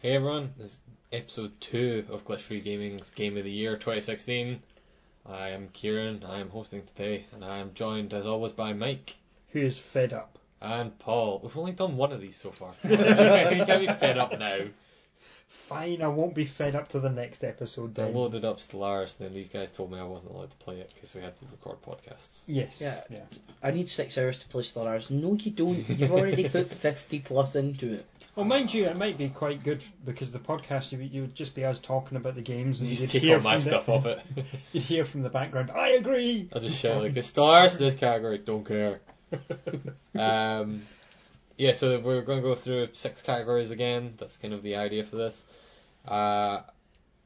Hey everyone, this is episode 2 of Glitch Free Gaming's Game of the Year 2016. I am Kieran, I am hosting today, and I am joined as always by Mike who's fed up. and Paul. We've only done one of these so far. we can't be fed up now. Fine, I won't be fed up to the next episode They then. loaded up Stellaris, and then these guys told me I wasn't allowed to play it because we had to record podcasts. Yes. Yeah. I need six hours to play Star Hours. No, you don't. You've already put 50 plus into it. Well, mind you, it might be quite good because the podcast you, you would just be us talking about the games and You you'd just take hear all my from the- stuff off it. You'd hear from the background. I agree. I just shout like the stars this category, don't care. um, yeah, so we're going to go through six categories again. That's kind of the idea for this. Uh,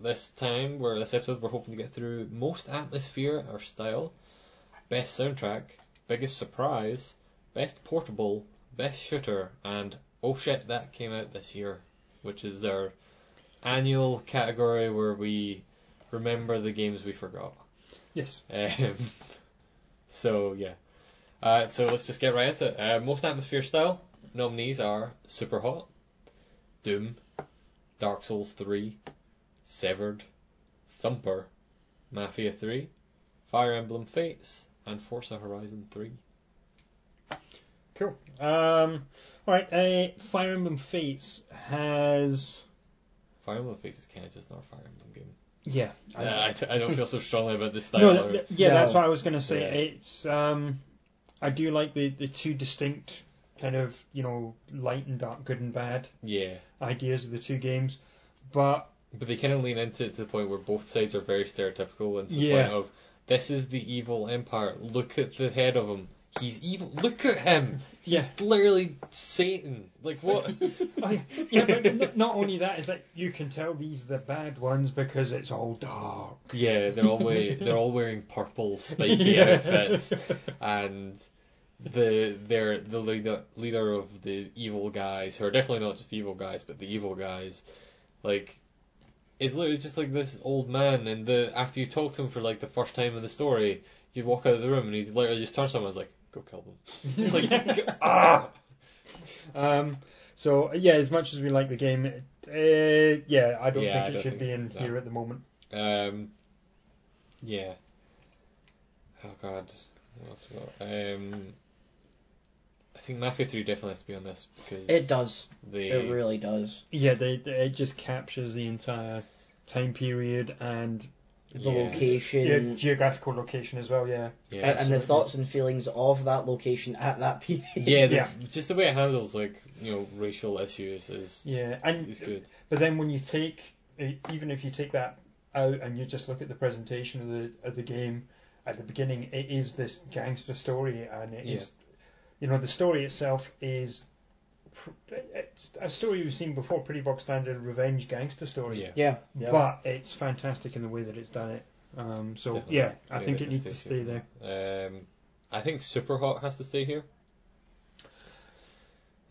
this time, we're this episode, we're hoping to get through most atmosphere or style, best soundtrack, biggest surprise, best portable, best shooter, and oh shit, that came out this year, which is our annual category where we remember the games we forgot. Yes. Um, so yeah, uh, so let's just get right into it. Uh, most atmosphere style nominees are Super Hot, Doom, Dark Souls Three, Severed, Thumper, Mafia Three, Fire Emblem Fates, and Forza Horizon Three. Cool. Um, all right. Uh, Fire Emblem Fates has. Fire Emblem Fates is kind of just not a Fire Emblem game. Yeah. I- Uh, I, I don't feel so strongly about this style. no. or- th- th- yeah, No. that's what I was going to say. Yeah. It's. Um, I do like the the two distinct kind of you know light and dark, good and bad yeah, ideas of the two games, but but they kind of lean into it to the point where both sides are very stereotypical and to the Yeah. point of this is the evil empire. Look at the head of him. He's evil. Look at him. yeah. Literally Satan. Like what? yeah, but n- not only that is that you can tell these are the bad ones because it's all dark. yeah, they're all we- they're all wearing purple spiky outfits, and the they're the leader leader of the evil guys who are definitely not just evil guys, but the evil guys, like. Is literally just like this old man, and the after you talk to him for like the first time in the story, you walk out of the room, and he literally just turns to someone and is like, "Go kill them." It's like, ah, Um, so yeah, as much as we like the game, it, uh, yeah, I don't Yeah, think I it don't should think be in that- here at the moment. Um, yeah. Oh god, what's what? Um, I think Mafia Three definitely has to be on this because It does. the It really does. Yeah, they, they, it just captures the entire time period and The yeah, yeah, location geographical location as well. Yeah, yeah, a- and, the absolutely. thoughts and feelings of that location at that period. yeah, that's- just the way it handles like you know racial issues is yeah, and is good. But then when you take, e, even if you take that out and you just look at the presentation of the of the game at the beginning, it is this gangster story, and it is, you know, the story itself is, pr- it's a story we've seen before, pretty bog standard revenge gangster story. Yeah, Yeah. But it's fantastic in the way that it's done it. Um, so Definitely. yeah, I Yeah, think that it needs to stays stay there. here. Um, I think Superhot has to stay here.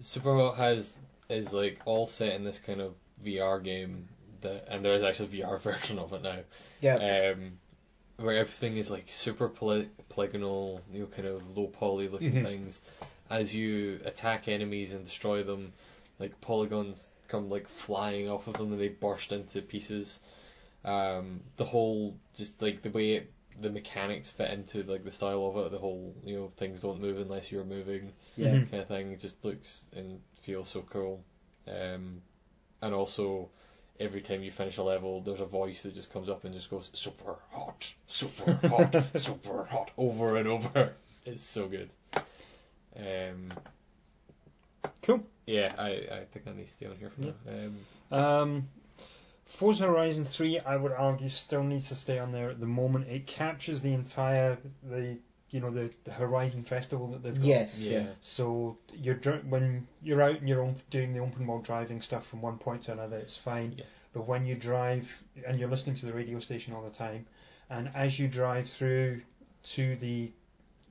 Superhot has is like all set in this kind of VR game that, and there is actually a VR version of it now. yeah. um, where everything is like super poly- polygonal, you know, kind of low poly looking Mhm. things. As you attack enemies and destroy them, like polygons come like flying off of them and they burst into pieces. Um, the whole just like the way it, the mechanics fit into like the style of it, the whole you know things don't move unless you're moving Yeah. Mhm. kind of thing. It just looks and feels so cool. Um, and also, every time you finish a level, there's a voice that just comes up and just goes super hot, super hot, super hot over and over. It's so good. Um, Cool. yeah, I, I think I need to stay on here for now. Um, Um, Forza Horizon 3, I would argue, still needs to stay on there at the moment. It captures the entire the you know the, the Horizon Festival that they've got. Yes. yeah, Yeah. So you're dri- when you're out and you're on, doing the open world driving stuff from one point to another, it's fine. Yeah. But when you drive and you're listening to the radio station all the time, and as you drive through to the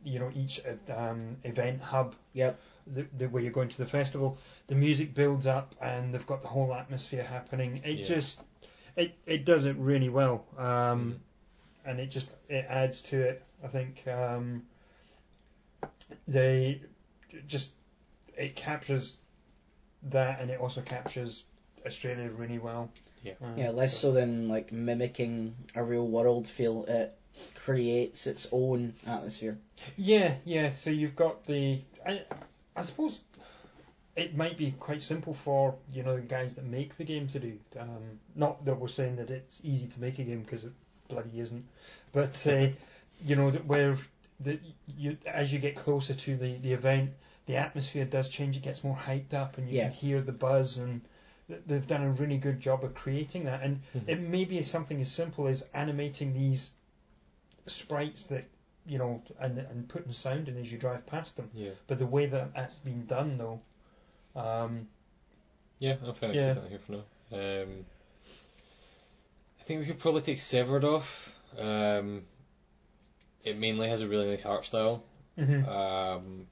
you know each uh, um, event hub Yep. the, the where you're going to the festival, the music builds up and they've got the whole atmosphere happening. It Yeah. just it it does it really well, um, Mm-hmm. and it just it adds to it. I think um, they just it captures that and it also captures Australia really well. Yeah. Uh, Yeah, less so- so than like mimicking a real world feel. It creates its own atmosphere. Yeah, yeah. So you've got the. I, I suppose it might be quite simple for you know the guys that make the game to do. Um, not that we're saying that it's easy to make a game because it bloody isn't, but uh, you know that where the you as you get closer to the the event, the atmosphere does change. It gets more hyped up, and you Yeah. can hear the buzz and. th- They've done a really good job of creating that, and it may be something as simple as animating these sprites that you know and and putting sound in as you drive past them. Yeah. But the way that that's been done though, um, Yeah, I'll probably Yeah. keep that here for now. Um, I think we could probably take Severed off. Um, it mainly has a really nice art style. mhm. Um,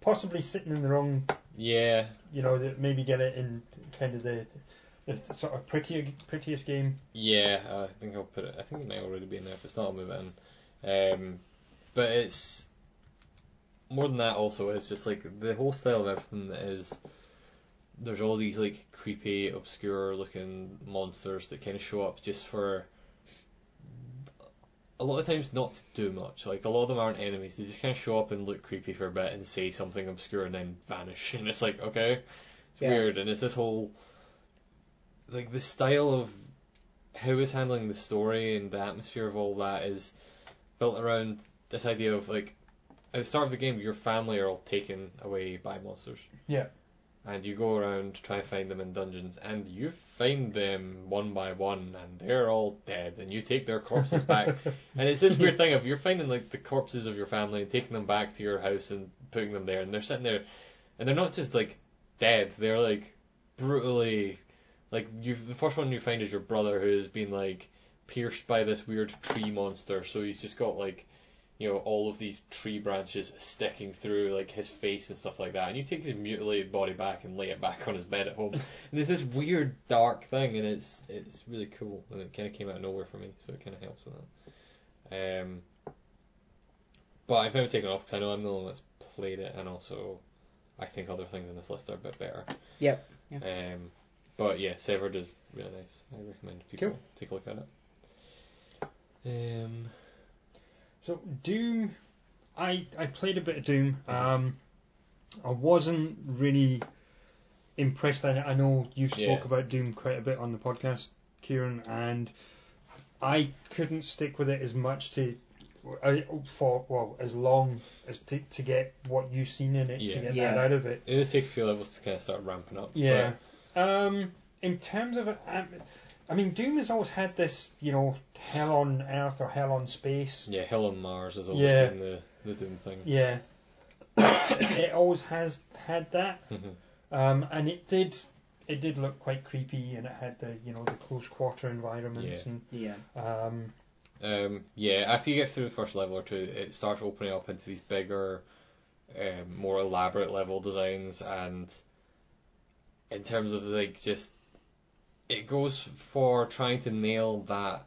possibly sitting in the wrong, yeah, you know, that maybe get it in kind of the, the sort of prettier prettiest game. yeah. I think I'll put it. I think it might already be in there. If it's not, I'll move it in. Um, but it's more than that. Also, it's just like the whole style of everything that is. There's all these like creepy, obscure-looking monsters that kind of show up just for. A lot of times, not to do much. Like a lot of them aren't enemies. They just kind of show up and look creepy for a bit and say something obscure and then vanish. And it's like, okay, it's Yeah. weird. And it's this whole, like the style of how it's handling the story and the atmosphere of all that is built around this idea of like at the start of the game your family are all taken away by monsters. Yeah. And you go around to try and find them in dungeons and you find them one by one and they're all dead and you take their corpses back. And it's this weird thing of you're finding like the corpses of your family and taking them back to your house and putting them there and they're sitting there and they're not just like dead, they're like brutally like you the first one you find is your brother who has been like pierced by this weird tree monster. So he's just got like, you know, all of these tree branches sticking through like his face and stuff like that. And you take his mutilated body back and lay it back on his bed at home. And it's this weird dark thing, and it's it's really cool. And it kind of came out of nowhere for me, so it kind of helps with that. Um, but I've never taken it off because I know I'm the one that's played it, and also I think other things in this list are a bit better. Yep, yep. Um, but yeah, Severed is really nice. I recommend people Cool. take a look at it. Um, So Doom, I I played a bit of Doom. Um, I wasn't really impressed. I, I know you spoke Yeah. about Doom quite a bit on the podcast, Kieran, and I couldn't stick with it as much to. I, for well as long as to, to get what you've seen in it Yeah. to get Yeah. that out of it it does take a few levels to kind of start ramping up. yeah. Um, in terms of, um, I mean, Doom has always had this, you know, hell on Earth or hell on but, space. yeah, Hell on Mars has always Yeah. been the, the Doom thing. Yeah. it always has had that, Mhm. um, and it did. It did look quite creepy, and it had the, you know, the close quarter environments, Yeah. Yeah. and um, Um, yeah, after you get through the first level or two, it starts opening up into these bigger, um, more elaborate level designs, and in terms of like just, it goes for trying to nail that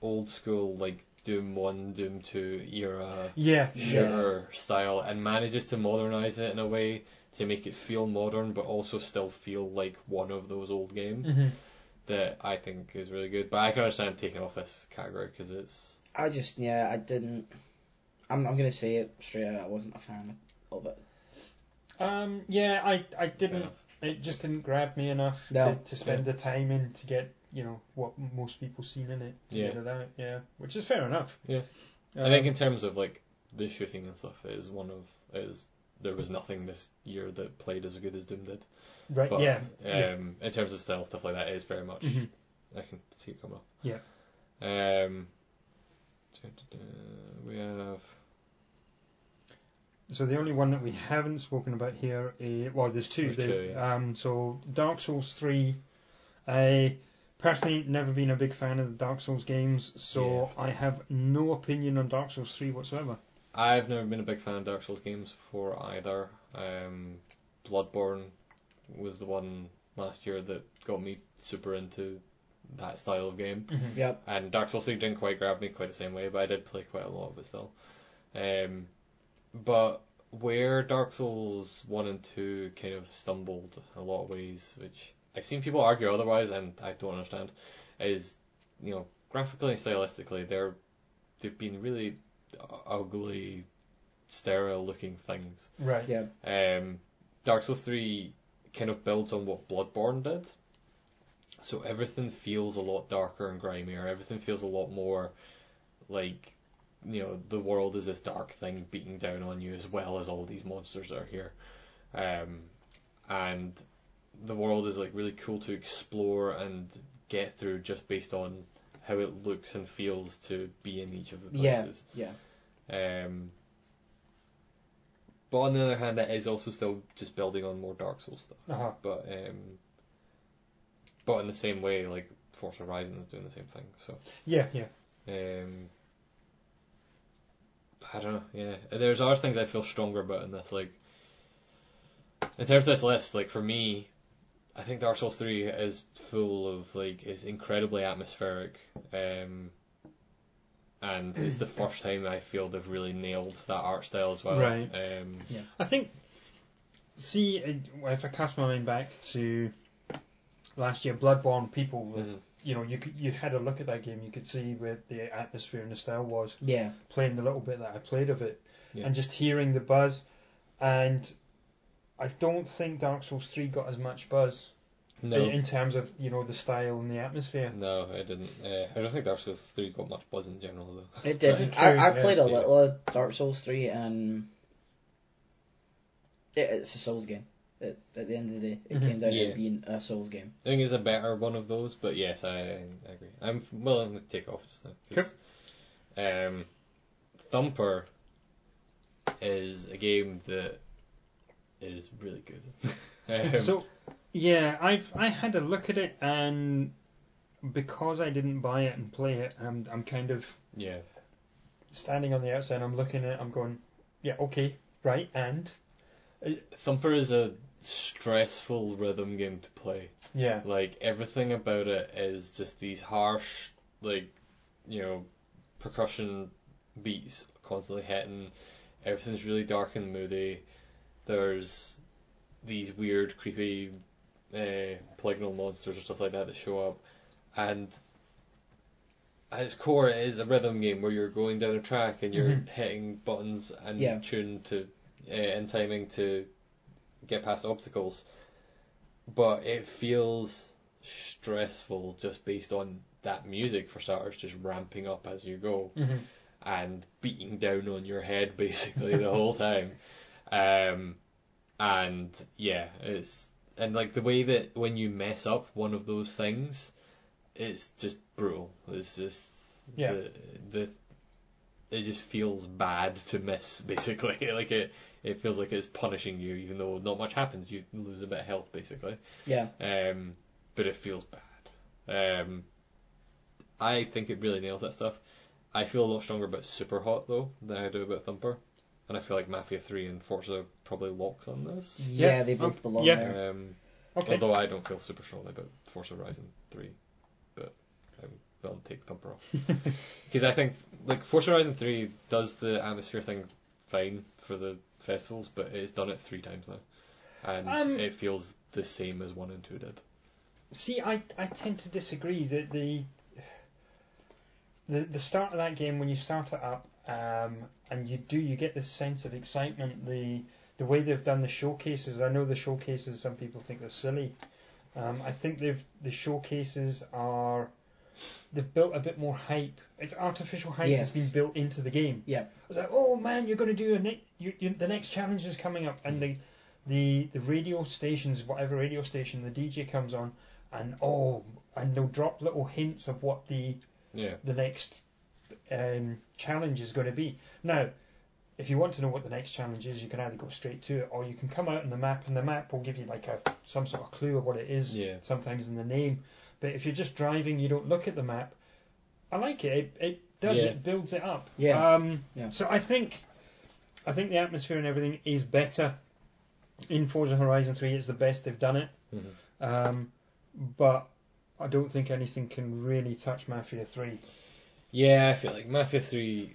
old school like Doom One, Doom Two era yeah, shooter style, and manages to modernize it in a way to make it feel modern, but also still feel like one of those old games Mhm. that I think is really good. But I can understand taking off this category because it's. I just yeah, I didn't. I'm I'm gonna say it straight out. I wasn't a fan of it. Um, yeah, I, I didn't. enough. It just didn't grab me enough to, No. to spend the time in to get, you know, what most people seen in it. To Yeah. Get it out, yeah, which is fair enough. Um, Yeah. I Uh-huh. think in terms of like the shooting and stuff, it is one of it is there was nothing this year that played as good as Doom did. Right, But yeah. yeah. um, in terms of style stuff like that, it is very much Mhm. I can see it coming up. Yeah. Um. We have So the only one that we haven't spoken about here, is, well, there's two. There's The- two, yeah. Um, so Dark Souls three. I personally never been a big fan of the Dark Souls games, so I have no opinion on Dark Souls three whatsoever. I've never been a big fan of Dark Souls games before either. Um, Bloodborne was the one last year that got me super into that style of game. Yep. And Dark Souls 3 didn't quite grab me quite the same way, but I did play quite a lot of it still. Um, but where Dark Souls 1 and 2 kind of stumbled a lot of ways, which I've seen people argue otherwise, and I don't understand. Is you know graphically and stylistically, they're they've been really ugly, sterile looking things. Right. Yeah. Um, Dark Souls three kind of builds on what Bloodborne did, so everything feels a lot darker and grimier. Everything feels a lot more like you know the world is this dark thing beating down on you as well as all these monsters that are here um, and the world is like really cool to explore and get through just based on how it looks and feels to be in each of the Yeah. places Yeah. um, but on the other hand it is also still just building on more dark souls stuff Uh-huh. but um, but in the same way like force horizon is doing the same thing so Yeah, yeah. um, I don't know. Yeah, there's other things I feel stronger about in this. Like in terms of this list, like for me, I think Dark Souls three is full of like it's incredibly atmospheric, um, and it's the first time I feel they've really nailed that art style as well. Right. Um, I think, see, uh, if I cast my mind back to last year, Bloodborne, people, were, Mhm. you know, you could, you had a look at that game, you could see where the atmosphere and the style was. Yeah. Playing the little bit that I played of it, Yeah. and just hearing the buzz, and I don't think Dark Souls three got as much buzz in, no, in terms of you know the style and the atmosphere. no, I didn't. Uh, I don't think Dark Souls three got much buzz in general though. It didn't. True, I, I yeah, played a yeah. little of Dark Souls 3 and it, it's a Souls game. It, at the end of the day, it Mhm. came down Yeah. to being a Souls game. I think it's a better one of those, but yes, I, I agree. I'm willing to take it off just now. 'cause, Um, Thumper is a game that is really good. um, so, yeah, I've I had a look at it, and because I didn't buy it and play it, I'm I'm kind of yeah, standing on the outside. I'm looking at, it, I'm going, yeah, okay, right, and Thumper is a stressful rhythm game to play. yeah, Like everything about it is just these harsh, like you know, percussion beats constantly hitting. Everything's really dark and moody. There's these weird, creepy, uh, polygonal monsters or stuff like that that show up, and at its core, it is a rhythm game where you're going down a track and you're Mhm. hitting buttons and Yeah. tune to uh, and timing to get past obstacles. But it feels stressful just based on that music for starters just ramping up as you go Mhm. and beating down on your head basically the whole time. Um, and yeah, it's and like the way that when you mess up one of those things, it's just brutal. It's just Yeah. the, the it just feels bad to miss basically. like it it feels like it's punishing you even though not much happens. You lose a bit of health basically. Yeah. Um, but it feels bad. Um, I think it really nails that stuff. I feel a lot stronger about Super Hot though than I do about Thumper, and I feel like Mafia Three and Forza are probably locks on this. Yeah, Yeah, they both um, belong yeah. there. Um, okay, Although I don't feel super strongly about Forza Horizon Three, but I'm willing to take Thumper off because I think like Forza Horizon Three does the atmosphere thing fine for the festivals, but it's done it three times now, and Um, it feels the same as one and two did. see, I I tend to disagree that the the the start of that game when you start it up, um, and you do you get this sense of excitement. The the way they've done the showcases, I know the showcases. Some people think they're silly. Um, I think they've the showcases are they've built a bit more hype. It's artificial hype Yes. that's been built into the game. Yeah. I was like, oh man, you're going to do a ne- you, you, the next challenge is coming up, and the the the radio stations, whatever radio station, the DJ comes on, and oh, and they'll drop little hints of what the Yeah. the next um, challenge is going to be. Now, if you want to know what the next challenge is, you can either go straight to it, or you can come out in the map, and the map will give you like a some sort of clue of what it is. Yeah. Sometimes in the name, but if you're just driving, you don't look at the map. I like it. It, it does. Yeah. It builds it up. Yeah. Um, Yeah. So I think, I think the atmosphere and everything is better in Forza Horizon Three. It's the best they've done it. Mhm. Um, but I don't think anything can really touch Mafia Three. Yeah, I feel like Mafia 3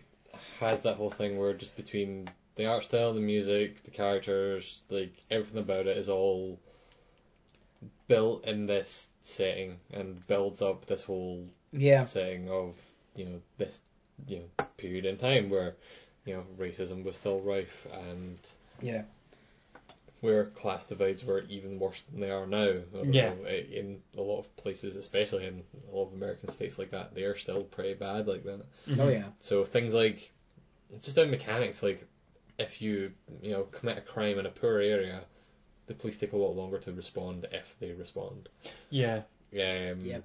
has that whole thing where just between the art style, the music, the characters, like everything about it is all built in this setting and builds up this whole Yeah. setting of you know this you know period in time where you know racism was still rife and Yeah. where class divides were even worse than they are now. I don't Yeah. know, i- in a lot of places, especially in a lot of American states like that, they are still pretty bad like that. Mm-hmm. Oh yeah. So things like just down mechanics, like if you you know commit a crime in a poor area, the police take a lot longer to respond if they respond. Yeah. Um, Yep.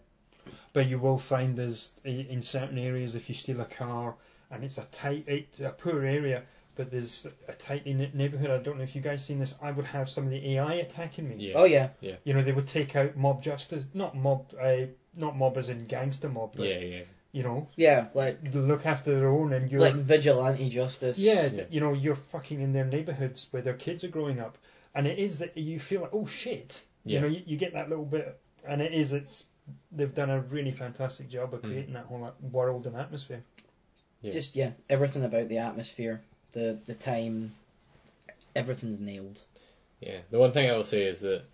But you will find there's i- in certain areas if you steal a car and it's a tight, it's a poor area, but there's a tightly knit neighbourhood. I don't know if you guys seen this. I would have some of the AI attacking me. Yeah. Oh yeah. You know, they would take out mob justice, not mob, uh, not mob as in gangster mob, but Yeah. Yeah. you know, Yeah. Like look after their own and you're like vigilante justice. yeah, Yeah. you know, you're fucking in their neighborhoods where their kids are growing up, and it is that you feel like, oh shit, Yeah. you know, you, you get that little bit, and it is, it's they've done a really fantastic job of Mm. creating that whole like, world and atmosphere. Yeah. Just yeah, everything about the atmosphere, the the time, everything's nailed. Yeah. The one thing I will say is that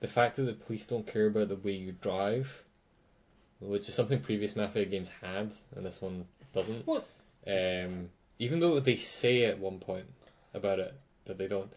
the fact that the police don't care about the way you drive, which is something previous Mafia games had, and this one doesn't. Well- Um, even though they say at one point about it, but they don't.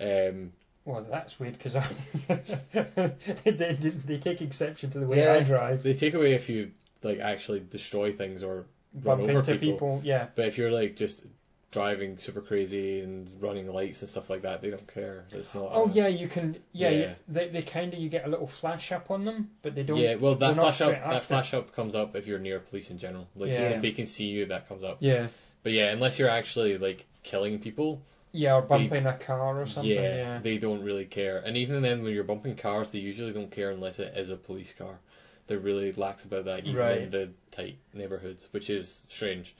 Um, Well, that's weird because I they, they, they take exception to the way Yeah. I drive, they take away if you like actually destroy things or Run bump over into people. people. Yeah, But if you're like just driving super crazy and running lights and stuff like that, they don't care. It's not. oh uh, yeah, you can. Yeah, yeah. You, they they kind of you get a little flash up on them, but they don't. yeah. Well, they're that not flash up, straight that after. flash up comes up if you're near police in general. Like just Yeah. if they can see you, that comes up. Yeah, But yeah, unless you're actually like killing people, yeah, or bumping a car or something. yeah, Yeah, they don't really care. And even then, when you're bumping cars, they usually don't care unless it is a police car. They're really lax about that, even in Right. the tight neighborhoods, which is strange.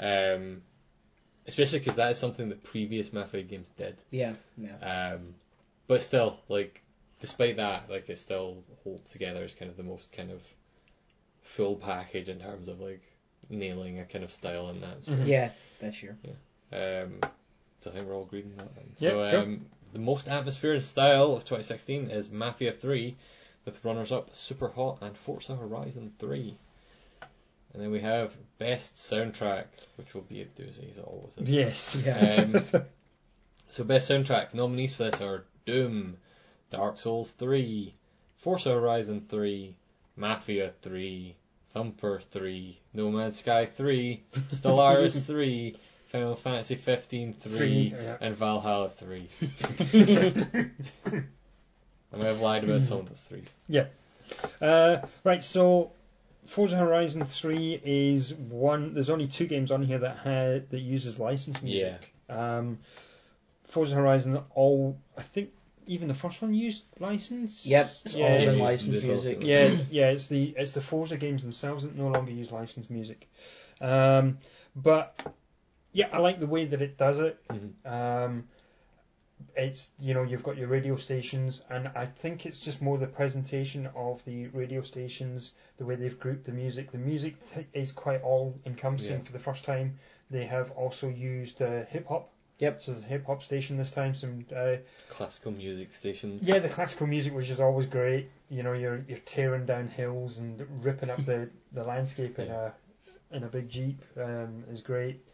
Um, especially because that is something that previous Mafia games did. Yeah, yeah. Um, but still, like, despite that, like, it still holds together as kind of the most kind of full package in terms of like nailing a kind of style in that. Mhm. Yeah, this year. Um, so I think we're all agreed on that. Then. Yeah, so cool. um, the most atmosphere and style of 2016 is Mafia 3, with runners-up Super Hot and Forza Horizon 3. And then we have best soundtrack, which will be a doozy as it always is. Yes. Yeah. Um, so best soundtrack nominees for this are Doom, Dark Souls 3, Forza Horizon 3, Mafia 3, Thumper 3, No Man's Sky 3, Stellaris 3, Final Fantasy 15 3, Three, yeah. and Valhalla 3. I may have lied about some of those threes. Uh, right, so Forza Horizon 3 is one. There's only two games on here that ha- that uses licensed music. Um, Forza Horizon all I think even the first one used license. Yep, it's all Yeah, been yeah, licensed it's all music. been- yeah, yeah. It's the it's the Forza games themselves that no longer use licensed music. Um, but yeah, I like the way that it does it. Mhm. Um, it's you know you've got your radio stations, and I think it's just more the presentation of the radio stations, the way they've grouped the music. The music t- is quite all encompassing Yeah. for the first time. They have also used uh, hip hop. Yep. So there's a hip hop station this time. Some uh, Classical music station. yeah, the classical music, which is always great. You know, you're you're tearing down hills and ripping up the, the landscape in a in a big jeep um, is great.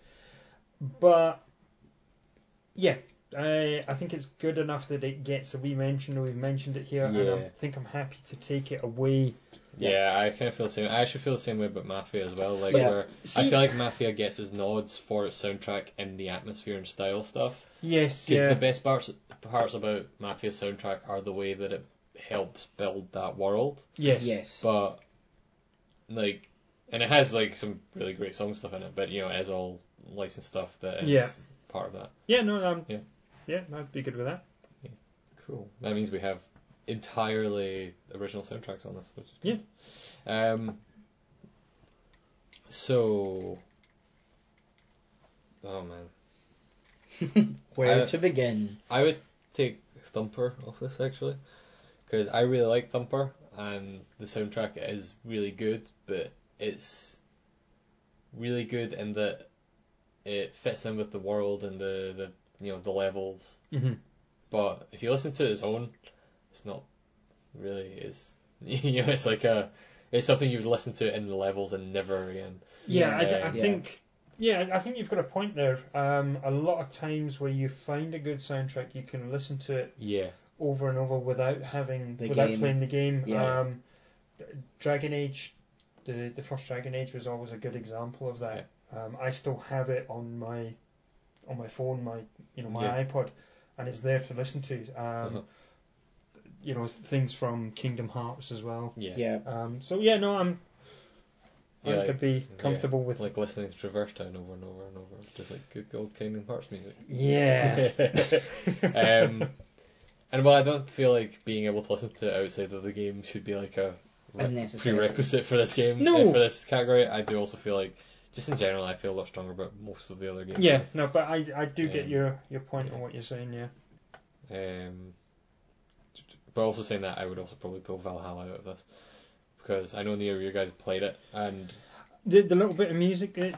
But yeah, I I think it's good enough that it gets a wee mention. We've mentioned it here, and Yeah. I think I'm happy to take it away. Yeah, I kind of feel the same. I actually feel the same way about Mafia as well. Like Yeah. where I See- feel like Mafia gets its nods for its soundtrack and the atmosphere and style stuff. Yes, Because yeah, the best parts parts about Mafia soundtrack are the way that it helps build that world, yes, Yes. but like, and it has like some really great song stuff in it, but you know, it is all licensed stuff that is Yeah. part of that. yeah. No, um, Yeah. yeah, I'd be good with that. Cool. That means we have entirely original soundtracks on this, which is Yeah. good. Um. So. Oh man, Where uh, to begin? I would take Thumper off this actually, because I really like Thumper and the soundtrack is really good, but it's really good in that it fits in with the world and the, the you know the levels. Mm-hmm. But if you listen to its own, it's not really is. You know, it's like a, it's something you've listened to in the levels and never again. Yeah, I, I Yeah. think. Yeah, I think you've got a point there. Um, a lot of times where you find a good soundtrack, you can listen to it Yeah, over and over without having The without game. playing the game. Yeah. Um, D- Dragon Age, the the first Dragon Age was always a good example of that. Um, I still have it on my on my phone, my you know my Yeah. iPod, and it's there to listen to. Um, Uh-huh. You know things from Kingdom Hearts as well. yeah, Yeah. Um, so yeah, no, I'm I Yeah, could be yeah. comfortable with Like listening to Traverse Town over and over and over, just like good old Kingdom Hearts music. yeah. um, and while I don't feel like being able to listen to it outside of the game should be like a re- Unnecessary. prerequisite for this game, No. uh, for this category, I do also feel like, just in general, I feel a lot stronger about most of the other games. Yeah, no, but I, I do get Um, your, your point on yeah. what you're saying, yeah. Um, but also saying that, I would also probably pull Valhalla out of this because I know neither of you guys played it, and the, the little bit of music it,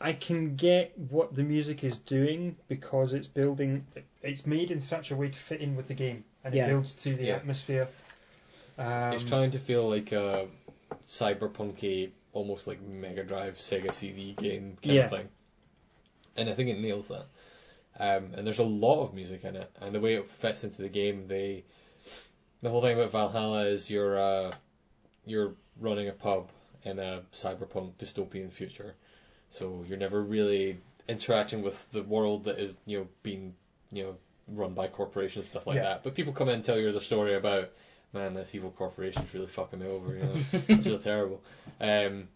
I can get what the music is doing because it's building it's made in such a way to fit in with the game and Yeah. it builds to the Yeah. atmosphere um, it's trying to feel like a cyberpunky, almost like Mega Drive Sega CD game kind Yeah. of thing. And I think it nails that. Um, and there's a lot of music in it, and the way it fits into the game, they the whole thing about Valhalla is you're uh, you're running a pub in a cyberpunk dystopian future, so you're never really interacting with the world that is you know being you know run by corporations stuff like Yeah. that. But people come in and tell you the story about man, this evil corporation's really fucking me over. You know, it's real terrible. Um,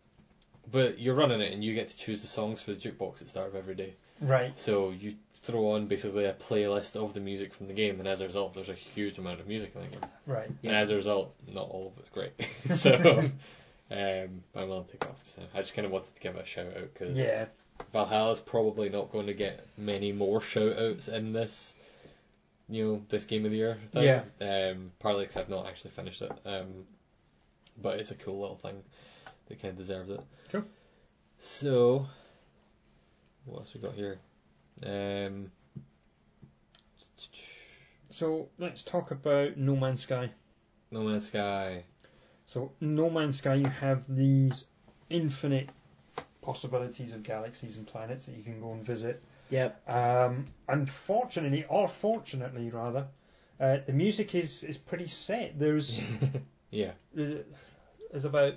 but you're running it, and you get to choose the songs for the jukebox at the start of every day. right So you throw on basically a playlist of the music from the game, and as a result, there's a huge amount of music in that game. right And as a result, not all of it's great. so um, I'm willing to take it off. So I just kind of wanted to give it a shout out because yeah Valhalla's probably not going to get many more shout outs in this, you know, this game of the year. Thing. Yeah. Um, partly because I've not actually finished it. Um, but it's a cool little thing that kind of deserves it. Cool. So, what else we got here? Um, so let's talk about No Man's Sky No Man's Sky. so No Man's Sky you have these infinite possibilities of galaxies and planets that you can go and visit Yep. Um, unfortunately, or fortunately rather, uh, the music is, is pretty set. There's yeah. there's about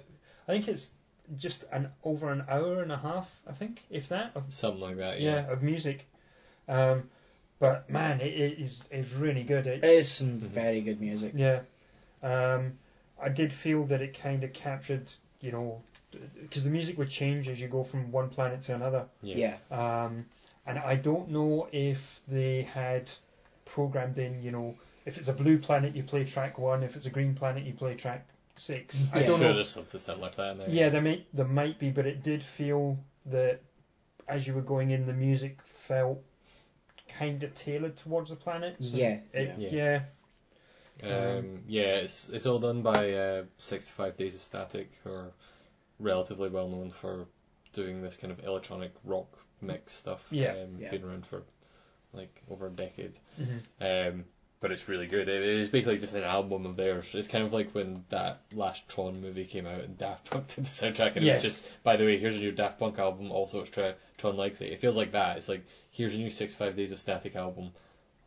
I think it's just an over an hour and a half, I think, if that, of, Something like that. yeah. Uh, Yeah. of music. Um, but man, it, it is it's really good. It's, It's some Mm-hmm. very good music. yeah. Um, I did feel that it kind of captured, you know, because the music would change as you go from one planet to another. Yeah. Yeah. Um, and I don't know if they had programmed in, you know, if it's a blue planet, you play track one. If it's a green planet, you play track six. I Yeah. don't sure know. there's something similar to that in there. Yeah, there may there might be, but it did feel that as you were going in, the music felt kind of tailored towards the planets. and Yeah. it- Yeah. yeah, Um, yeah, it's it's all done by uh, 65 Days of Static, who are relatively well known for doing this kind of electronic rock mix stuff. Yeah. um, Yeah. been around for like over a decade. Mhm. Um, but it's really good. It, it's basically just an album of theirs. It's kind of like when that last Tron movie came out and Daft Punk did the soundtrack, and Yes. it was just, by the way, here's a new Daft Punk album. Also, it's tra- Tron likes it. It feels like that. It's like here's a new 65 Days of Static album.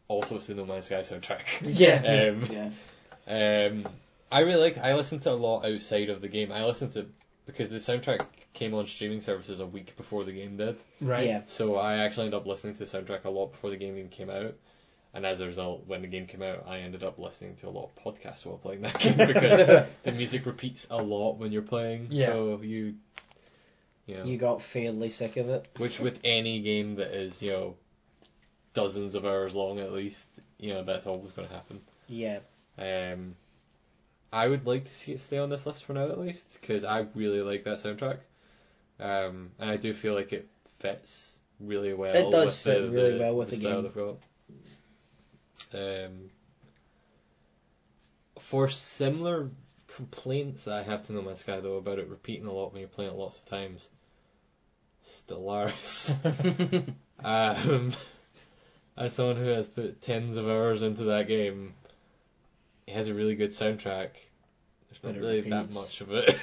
Also, it's the No Man's Sky soundtrack. Yeah. um, Yeah. um, I really liked. I listened to a lot outside of the game. I listened to because the soundtrack came on streaming services a week before the game did. right. Yeah. So I actually ended up listening to the soundtrack a lot before the game even came out. And as a result, when the game came out, I ended up listening to a lot of podcasts while playing that game because the music repeats a lot when you're playing. Yeah. So you, you know, You got fairly sick of it. which with any game that is you know dozens of hours long at least, you know that's always going to happen. Yeah. Um, I would like to see it stay on this list for now at least because I really like that soundtrack. Um, and I do feel like it fits really well. It does with fit the, really the, well with the, the style game. they've got. Um, for similar complaints that I have to No Man's Sky though about it repeating a lot when you're playing it lots of times. Stellaris. Um, as someone who has put tens of hours into that game, it has a really good soundtrack. There's And not it really that repeats. much of it.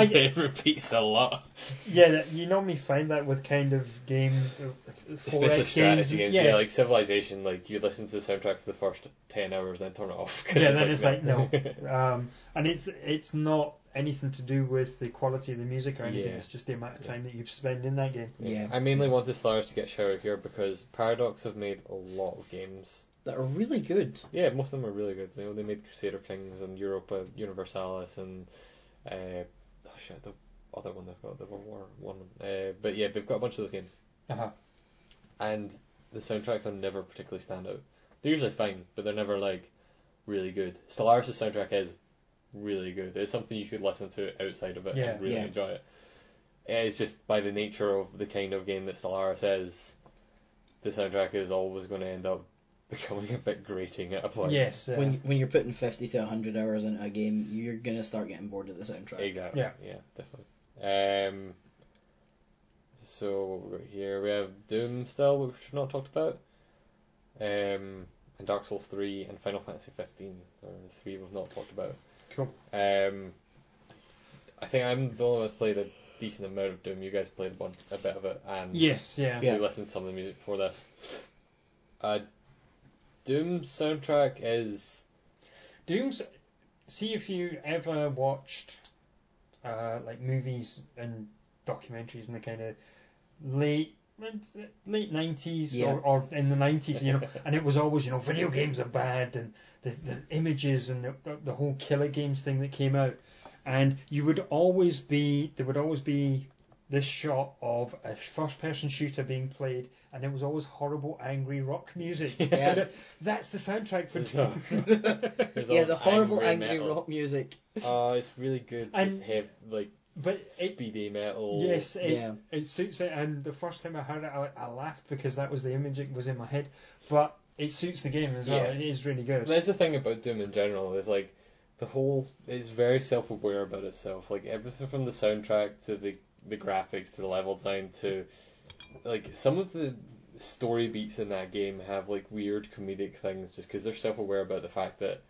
and I- it repeats a lot. Yeah, that, you normally find that with kind of game, uh, Especially strategy games, yeah. yeah, like Civilization. Like you listen to the soundtrack for the first ten hours, then turn it off. 'cause yeah. Then it's like no, no. um, and it's it's not anything to do with the quality of the music or anything. Yeah. It's just the amount of Yeah. time that you spend in that game. Yeah. I mainly wanted Solaris to get shouted here because Paradox have made a lot of games. That are really good. Yeah, most of them are really good. They, they made Crusader Kings and Europa Universalis and uh, oh shit, the other one they've got the World War one. Uh, but yeah, they've got a bunch of those games, Uh-huh. and the soundtracks are never particularly stand out. They're usually fine, but they're never like really good. Solaris' soundtrack is really good. It's something you could listen to outside of it Yeah. and really Yeah. enjoy it. It's just by the nature of the kind of game that Solaris is, the soundtrack is always going to end up becoming a bit grating at a point. Yes. Uh, When when you're putting fifty to hundred hours into a game, you're gonna start getting bored of the soundtrack. Exactly. Yeah. Yeah, definitely. Um, so what we've got here we have Doom still, which we've not talked about. Um, and Dark Souls three and Final Fantasy fifteen are the three we've not talked about. Cool. Um, I think I'm the only one that's played a decent amount of Doom. You guys played a, bunch, a bit of it, and Yes. Yeah. we listened to some of the music before this. Uh, Doom soundtrack is Doom's. See if you ever watched, uh, like movies and documentaries in the kind of late late nineties Yeah. or, or in the nineties, you know, and it was always you know video games are bad and the, the images and the, the, the whole killer games thing that came out, and you would always be there would always be this shot of a first person shooter being played and it was always horrible angry rock music Yeah. that's the soundtrack for It's Doom. is Yeah, all the horrible angry, angry metal. rock music. Oh, it's really good. Just And- have like But it, speedy metal. yes, it, Yeah. it suits it. And the first time I heard it, I, I laughed because that was the image that was in my head. But it suits the game as well. Yeah. It is really good. That's the thing about Doom in general is like the whole is very self-aware about itself. Like everything from the soundtrack to the the graphics to the level design to like some of the story beats in that game have like weird comedic things just because they're self-aware about the fact that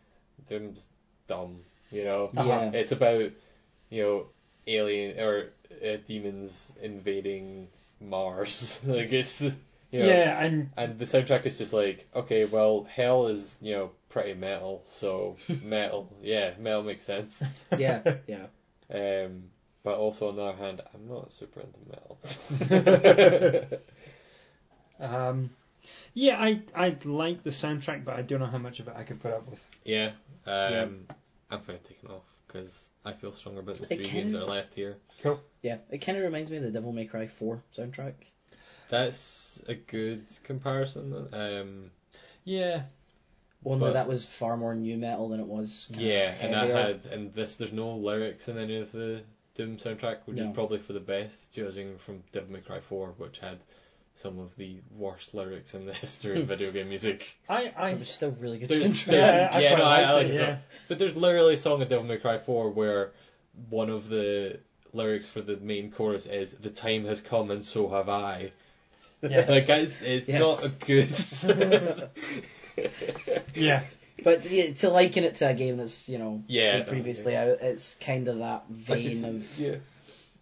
Doom's dumb. You know, Yeah. it's about you know alien or uh, demons invading Mars. like it's you know, Yeah, and And the soundtrack is just like, okay, well, hell is, you know, pretty metal, so metal, yeah, metal makes sense. Yeah, yeah. Um, but also, on the other hand, I'm not super into metal. um, yeah, I I like the soundtrack, but I don't know how much of it I could put up with. yeah, um, Yeah. I'm kind of taken off because I feel stronger about the It three can- games that are left here. Yeah. It kinda reminds me of the Devil May Cry four soundtrack. That's a good comparison. Um, Yeah, Only But- that was far more new metal than it was. kinda yeah, and that heavier. had, and this, there's no lyrics in any of the Doom soundtrack, which No. is probably for the best, judging from Devil May Cry 4, which had some of the worst lyrics in the history of video game music. I I It was still really good There's- soundtrack. yeah, I Yeah, quite no, I- I liked like it. it as Yeah, But there's literally a song in Devil May Cry 4 where one of the lyrics for the main chorus is "The time has come and so have I." Yes. Like it's, it's Yes. not a good. yeah, But yeah, to liken it to a game that's you know Yeah, been previously out, it's kind of that vein of yeah,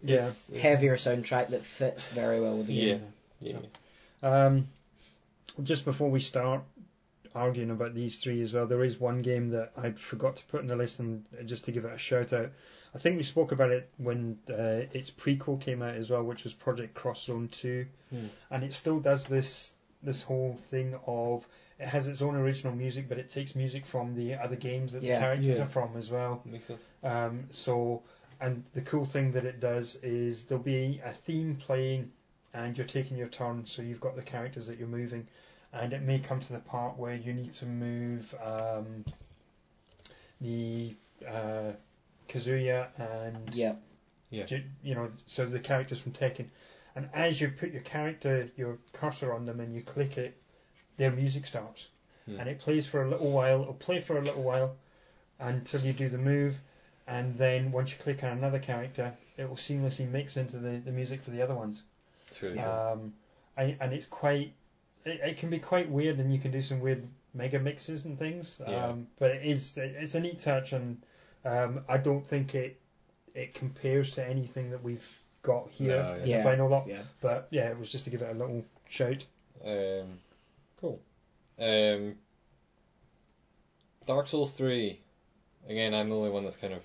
yeah. heavier soundtrack that fits very well with the Yeah. game. yeah. Um, just before we start arguing about these three as well, there is one game that I forgot to put in the list, and just to give it a shout out, I think we spoke about it when uh, its prequel came out as well, which was Project Cross Zone Two, Hmm. and it still does this this whole thing of it has its own original music, but it takes music from the other games that Yeah. the characters Yeah. are from as well. Makes sense. Um, so, and the cool thing that it does is there'll be a theme playing, and you're taking your turn, so you've got the characters that you're moving, and it may come to the part where you need to move um, the uh, Kazuya and Yeah, Yeah. you, you know, so the characters from Tekken, and as you put your character, your cursor on them, and you click it, their music starts, Hmm. and it plays for a little while. It'll play for a little while until you do the move, and then once you click on another character, it will seamlessly mix into the, the music for the other ones. It's really Uh, Yeah. Um, I, and it's quite, it, it can be quite weird, and you can do some weird mega mixes and things. Yeah. Um, but it is it's a neat touch, and um, I don't think it it compares to anything that we've got here No, in yeah. the final lot. Yeah. But yeah, it was just to give it a little shout. Um, cool. Um, Dark Souls 3. Again, I'm the only one that's kind of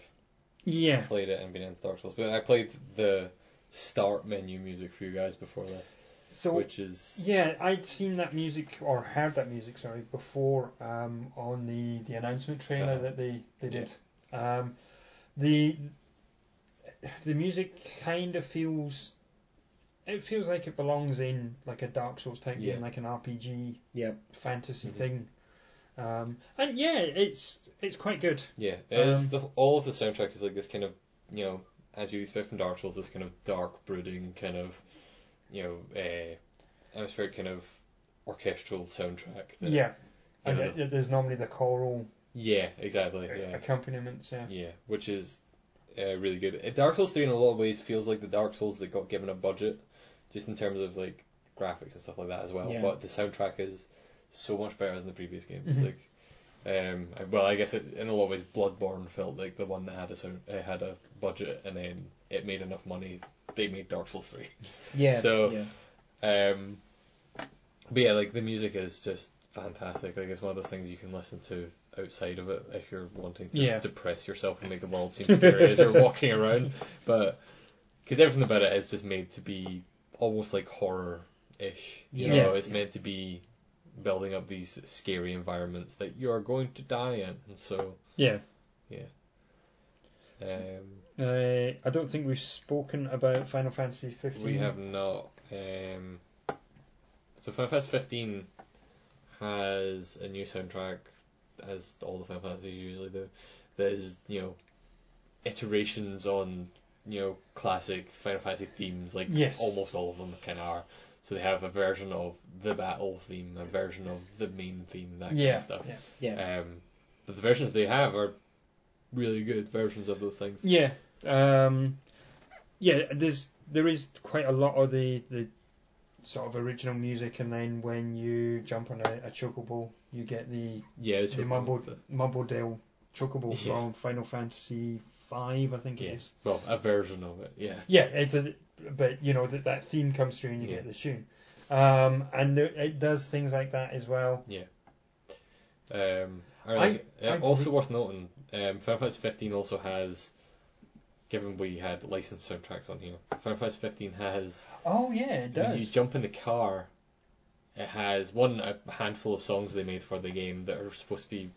Yeah, played it and been into Dark Souls, but I played the start menu music for you guys before this, so which is Yeah, I'd seen that music or heard that music, sorry, before um, on the, the announcement trailer Uh-huh. that they they Yeah. did. Um, the the music kind of feels it feels like it belongs in like a Dark Souls type Yeah. game, like an RPG Yeah. fantasy Mhm. thing. Um, and yeah, it's it's quite good. yeah, it is Um, the all of the soundtrack is like this kind of you know as you expect from Dark Souls, this kind of dark, brooding kind of you know uh, atmospheric kind of orchestral soundtrack. that- Yeah, and Yeah. it- it- there's normally the choral yeah, exactly. Yeah, accompaniments. Yeah. yeah, which is uh, really good. If Dark Souls three in a lot of ways feels like the Dark Souls that got given a budget, just in terms of like graphics and stuff like that as well. Yeah. But the soundtrack is so much better than the previous games. Mhm. Like, um, I- well, I guess it, in a lot of ways, Bloodborne felt like the one that had a sound, it had a budget, and then it made enough money. They made Dark Souls three. Yeah. So- yeah. Um, but yeah, like the music is just fantastic. Like it's one of those things you can listen to outside of it if you're wanting to Yeah. depress yourself and make the world seem scary as you're walking around. But because everything about it is just made to be almost like horror ish. You Yeah. know, it's meant to be building up these scary environments that you are going to die in. And so, yeah. um, Uh, I don't think we've spoken about Final Fantasy 15. We have not. Um, so Final Fantasy 15 has a new soundtrack, as all the Final Fantasies usually do. That is, you know, iterations on you know classic Final Fantasy themes, like Yes. almost all of them kind of are. So they have a version of the battle theme, a version of the main theme, that kind yeah, of stuff. yeah. Yeah. Um, but the versions they have are really good versions of those things. Yeah, um, yeah. There's there is quite a lot of the, the sort of original music, and then when you jump on a, a chocobo, you get the Yeah, it's the mumbled mumbledale chocobo Yeah. from Final Fantasy Five, I think Yeah. it is. well, a version of it. Yeah. Yeah, it's a but you know that that theme comes through, and you Yeah. get the tune. Um, and there, it does things like that as well. Um, I I- like, uh, I also agree. worth noting, um, Final Fantasy 15 also has, given we had licensed soundtracks on here, Final Fantasy 15 has, Oh yeah, it when does. you jump in the car, it has one, a handful of songs they made for the game that are supposed to be,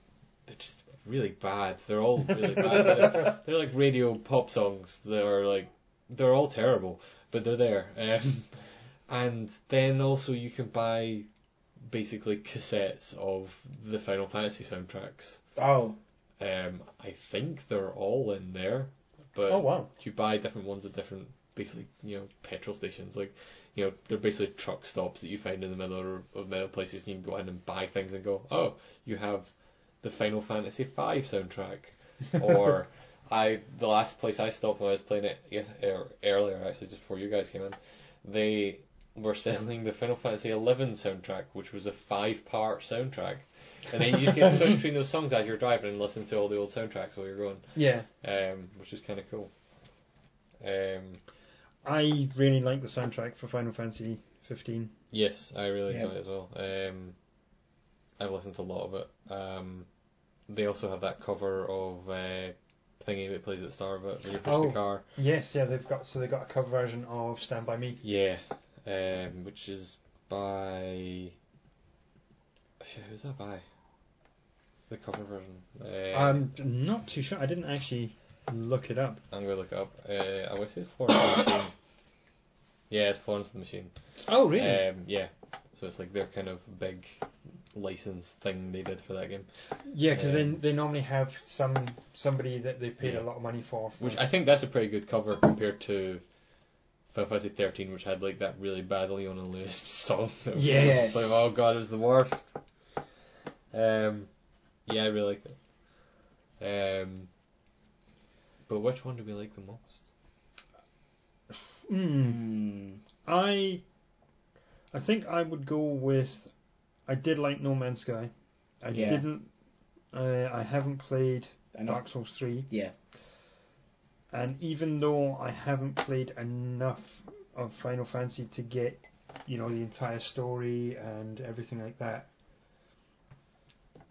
they're just really bad. They're all really bad. They're, they're like radio pop songs that are like, they're all terrible, but they're there. Um, and then also you can buy basically cassettes of the Final Fantasy soundtracks. oh. Um, I think they're all in there, but oh wow. you buy different ones at different, basically, you know, petrol stations. Like, you know, they're basically truck stops that you find in the middle of- of middle places. You can go in and buy things and go, oh, you have the Final Fantasy V soundtrack, or I the last place I stopped when I was playing it yeah, er, earlier, actually, just before you guys came in, they were selling the Final Fantasy XI soundtrack, which was a five-part soundtrack. And then you just get to switch between those songs as you're driving and listen to all the old soundtracks while you're going Yeah. um, which is kind of cool. Um, I really like the soundtrack for Final Fantasy 15. yes, I really enjoy Yeah. it as well. Um, I've listened to a lot of it. Um, they also have that cover of uh, thingy that plays at the start of it when you push Oh. the car. Yes, yeah, they've got so they've got a cover version of Stand by Me. Yeah, um, which is by Shit, who's that by? The cover version. Um, I'm not too sure. I didn't actually look it up. I'm gonna look it up. Uh, I wish it's Florence and the Machine. Yeah, it's Florence and the Machine. Oh, Um, yeah. So it's like their kind of big license thing they did for that game, yeah, because um, they they normally have some somebody that they paid Yeah. a lot of money for. for- which I think that's a pretty good cover compared to Final Fantasy 13, which had like that really bad Leona Lewis song. That was Yes. Like, oh god, it was the worst. Um, yeah, I really like it. Um, but which one do we like the most? Hmm. Mm. I I think I would go with I did like No Man's Sky. I Yeah. didn't. Uh, I haven't played Enough. Dark Souls three, Yeah. and even though I haven't played enough of Final Fantasy to get, you know, the entire story and everything like that,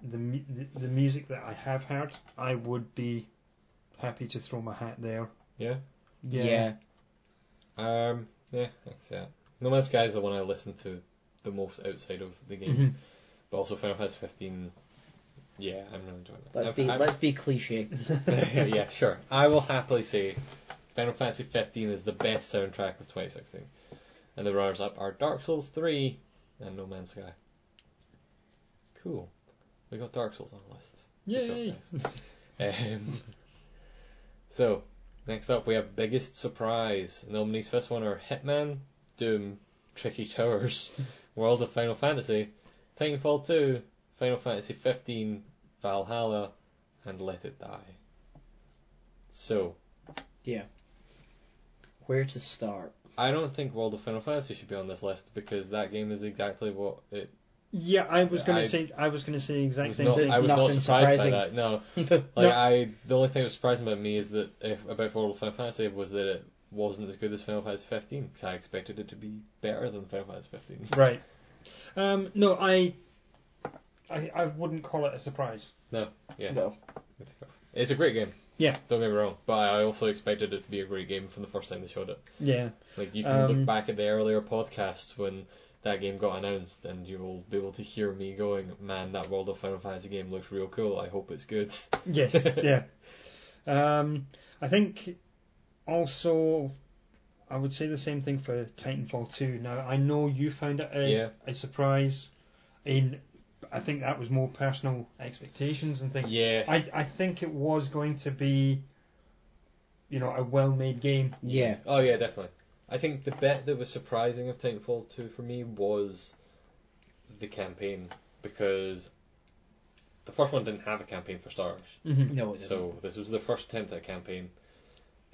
the mu- the, the music that I have heard, I would be happy to throw my hat there. Yeah. Yeah. Um. Yeah. That's it. No Man's Sky is the one I listen to the most outside of the Mm-hmm. game, but also Final Fantasy 15. Yeah, I'm really enjoying it. Let's I've- be I've- let's be cliche. yeah, sure. I will happily say Final Fantasy 15 is the best soundtrack of 2016. And the runners up are Dark Souls 3 and No Man's Sky. Cool. We got Dark Souls on the list. Good job, Yay. guys. um, so, next up we have Biggest Surprise. Nominees for this one are Hitman, Doom, Tricky Towers, World of Final Fantasy, Titanfall 2, Final Fantasy 15, Valhalla, and Let It Die. So, Where to start? I don't think World of Final Fantasy should be on this list because that game is exactly what it Yeah, I was gonna I- say I was gonna say the exact was same not, thing. I was not Nothing surprised by that. surprising. No, yeah. Like No. I, the only thing that was surprising about me is that if, about Final Fantasy was that it wasn't as good as Final Fantasy 15 because I expected it to be better than Final Fantasy 15. Right. Um, no, I, I I wouldn't call it a surprise. Yeah, No. it's a great game. Yeah. don't get me wrong, but I also expected it to be a great game from the first time they showed it. Yeah. Like you can Um, look back at the earlier podcasts when that game got announced, and you will be able to hear me going, "Man, that World of Final Fantasy game looks real cool. I hope it's good." Yes. yeah. Um, I think also I would say the same thing for Titanfall 2. Now I know you found it a, Yeah. a surprise. In I think that was more personal expectations and things. yeah, I I think it was going to be, you know, a well-made game. Yeah. Oh yeah, definitely. I think the bet that was surprising of Titanfall 2 for me was the campaign because the first one didn't have a campaign for starters. Mm-hmm. No. It didn't. So this was the first attempt at a campaign.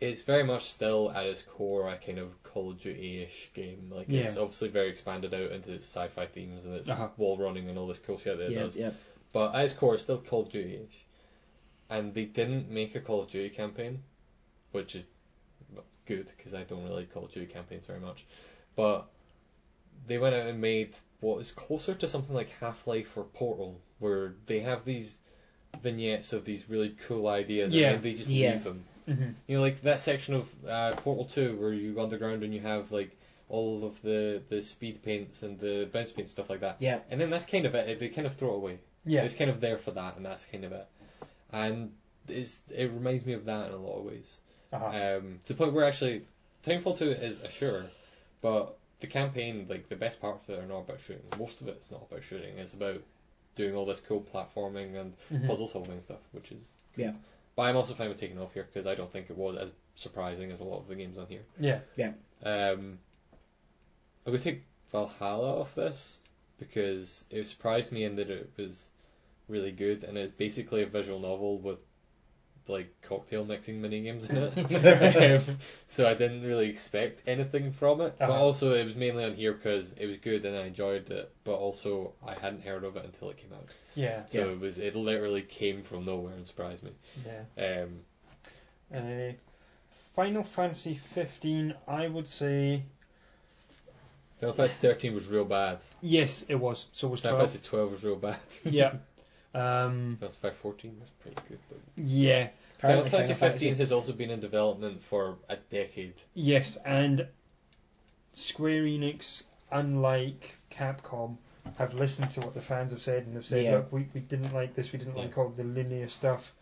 It's very much still at its core a kind of Call of Duty ish game. Like it's Yeah. obviously very expanded out into its sci fi themes and its Uh-huh. wall running and all this cool shit that it yeah. does. Yeah. But at its core, it's still Call of Duty ish. And they didn't make a Call of Duty campaign, which is well, it's good because I don't really like Call of Duty campaigns very much. But they went out and made what is closer to something like Half Life or Portal, where they have these vignettes of these really cool ideas Yeah. and then they just Yeah. leave them. Mm-hmm. You know, like that section of uh, Portal 2 where you go underground and you have like all of the, the speed paints and the bounce paints, stuff like that. Yeah. And then that's kind of it. They kind of throw it away. Yeah. It's kind of there for that, and that's kind of it. And it's, it reminds me of that in a lot of ways. Uh-huh. Um, to the point where actually, Titanfall 2 is a sure, but the campaign, like the best parts of it are not about shooting. Most of it's not about shooting. It's about doing all this cool platforming and Mhm. puzzle solving stuff, which is cool. Yeah. But I'm also fine with taking off here because I don't think it was as surprising as a lot of the games on here. Yeah. Um, I'm gonna take Valhalla off this because it surprised me in that it was really good and it's basically a visual novel with like cocktail mixing mini games in it. Um, so I didn't really expect anything from it. But Uh-huh. also it was mainly on here because it was good and I enjoyed it. But also I hadn't heard of it until it came out. Yeah. So it was it literally came from nowhere and surprised me. Yeah. Um, Uh, Final Fantasy 15, I would say Final Fantasy 13 was real bad. yes, it was. So was Final 12. Fantasy 12 was real bad. yeah. Um, Final Fantasy 14 was pretty good though. yeah. Apparently Final Fantasy Final 15 has also been in development for a decade. Yes, and Square Enix, unlike Capcom, have listened to what the fans have said and have said, Yeah. look, we, we didn't like this, we didn't Yeah. like all the linear stuff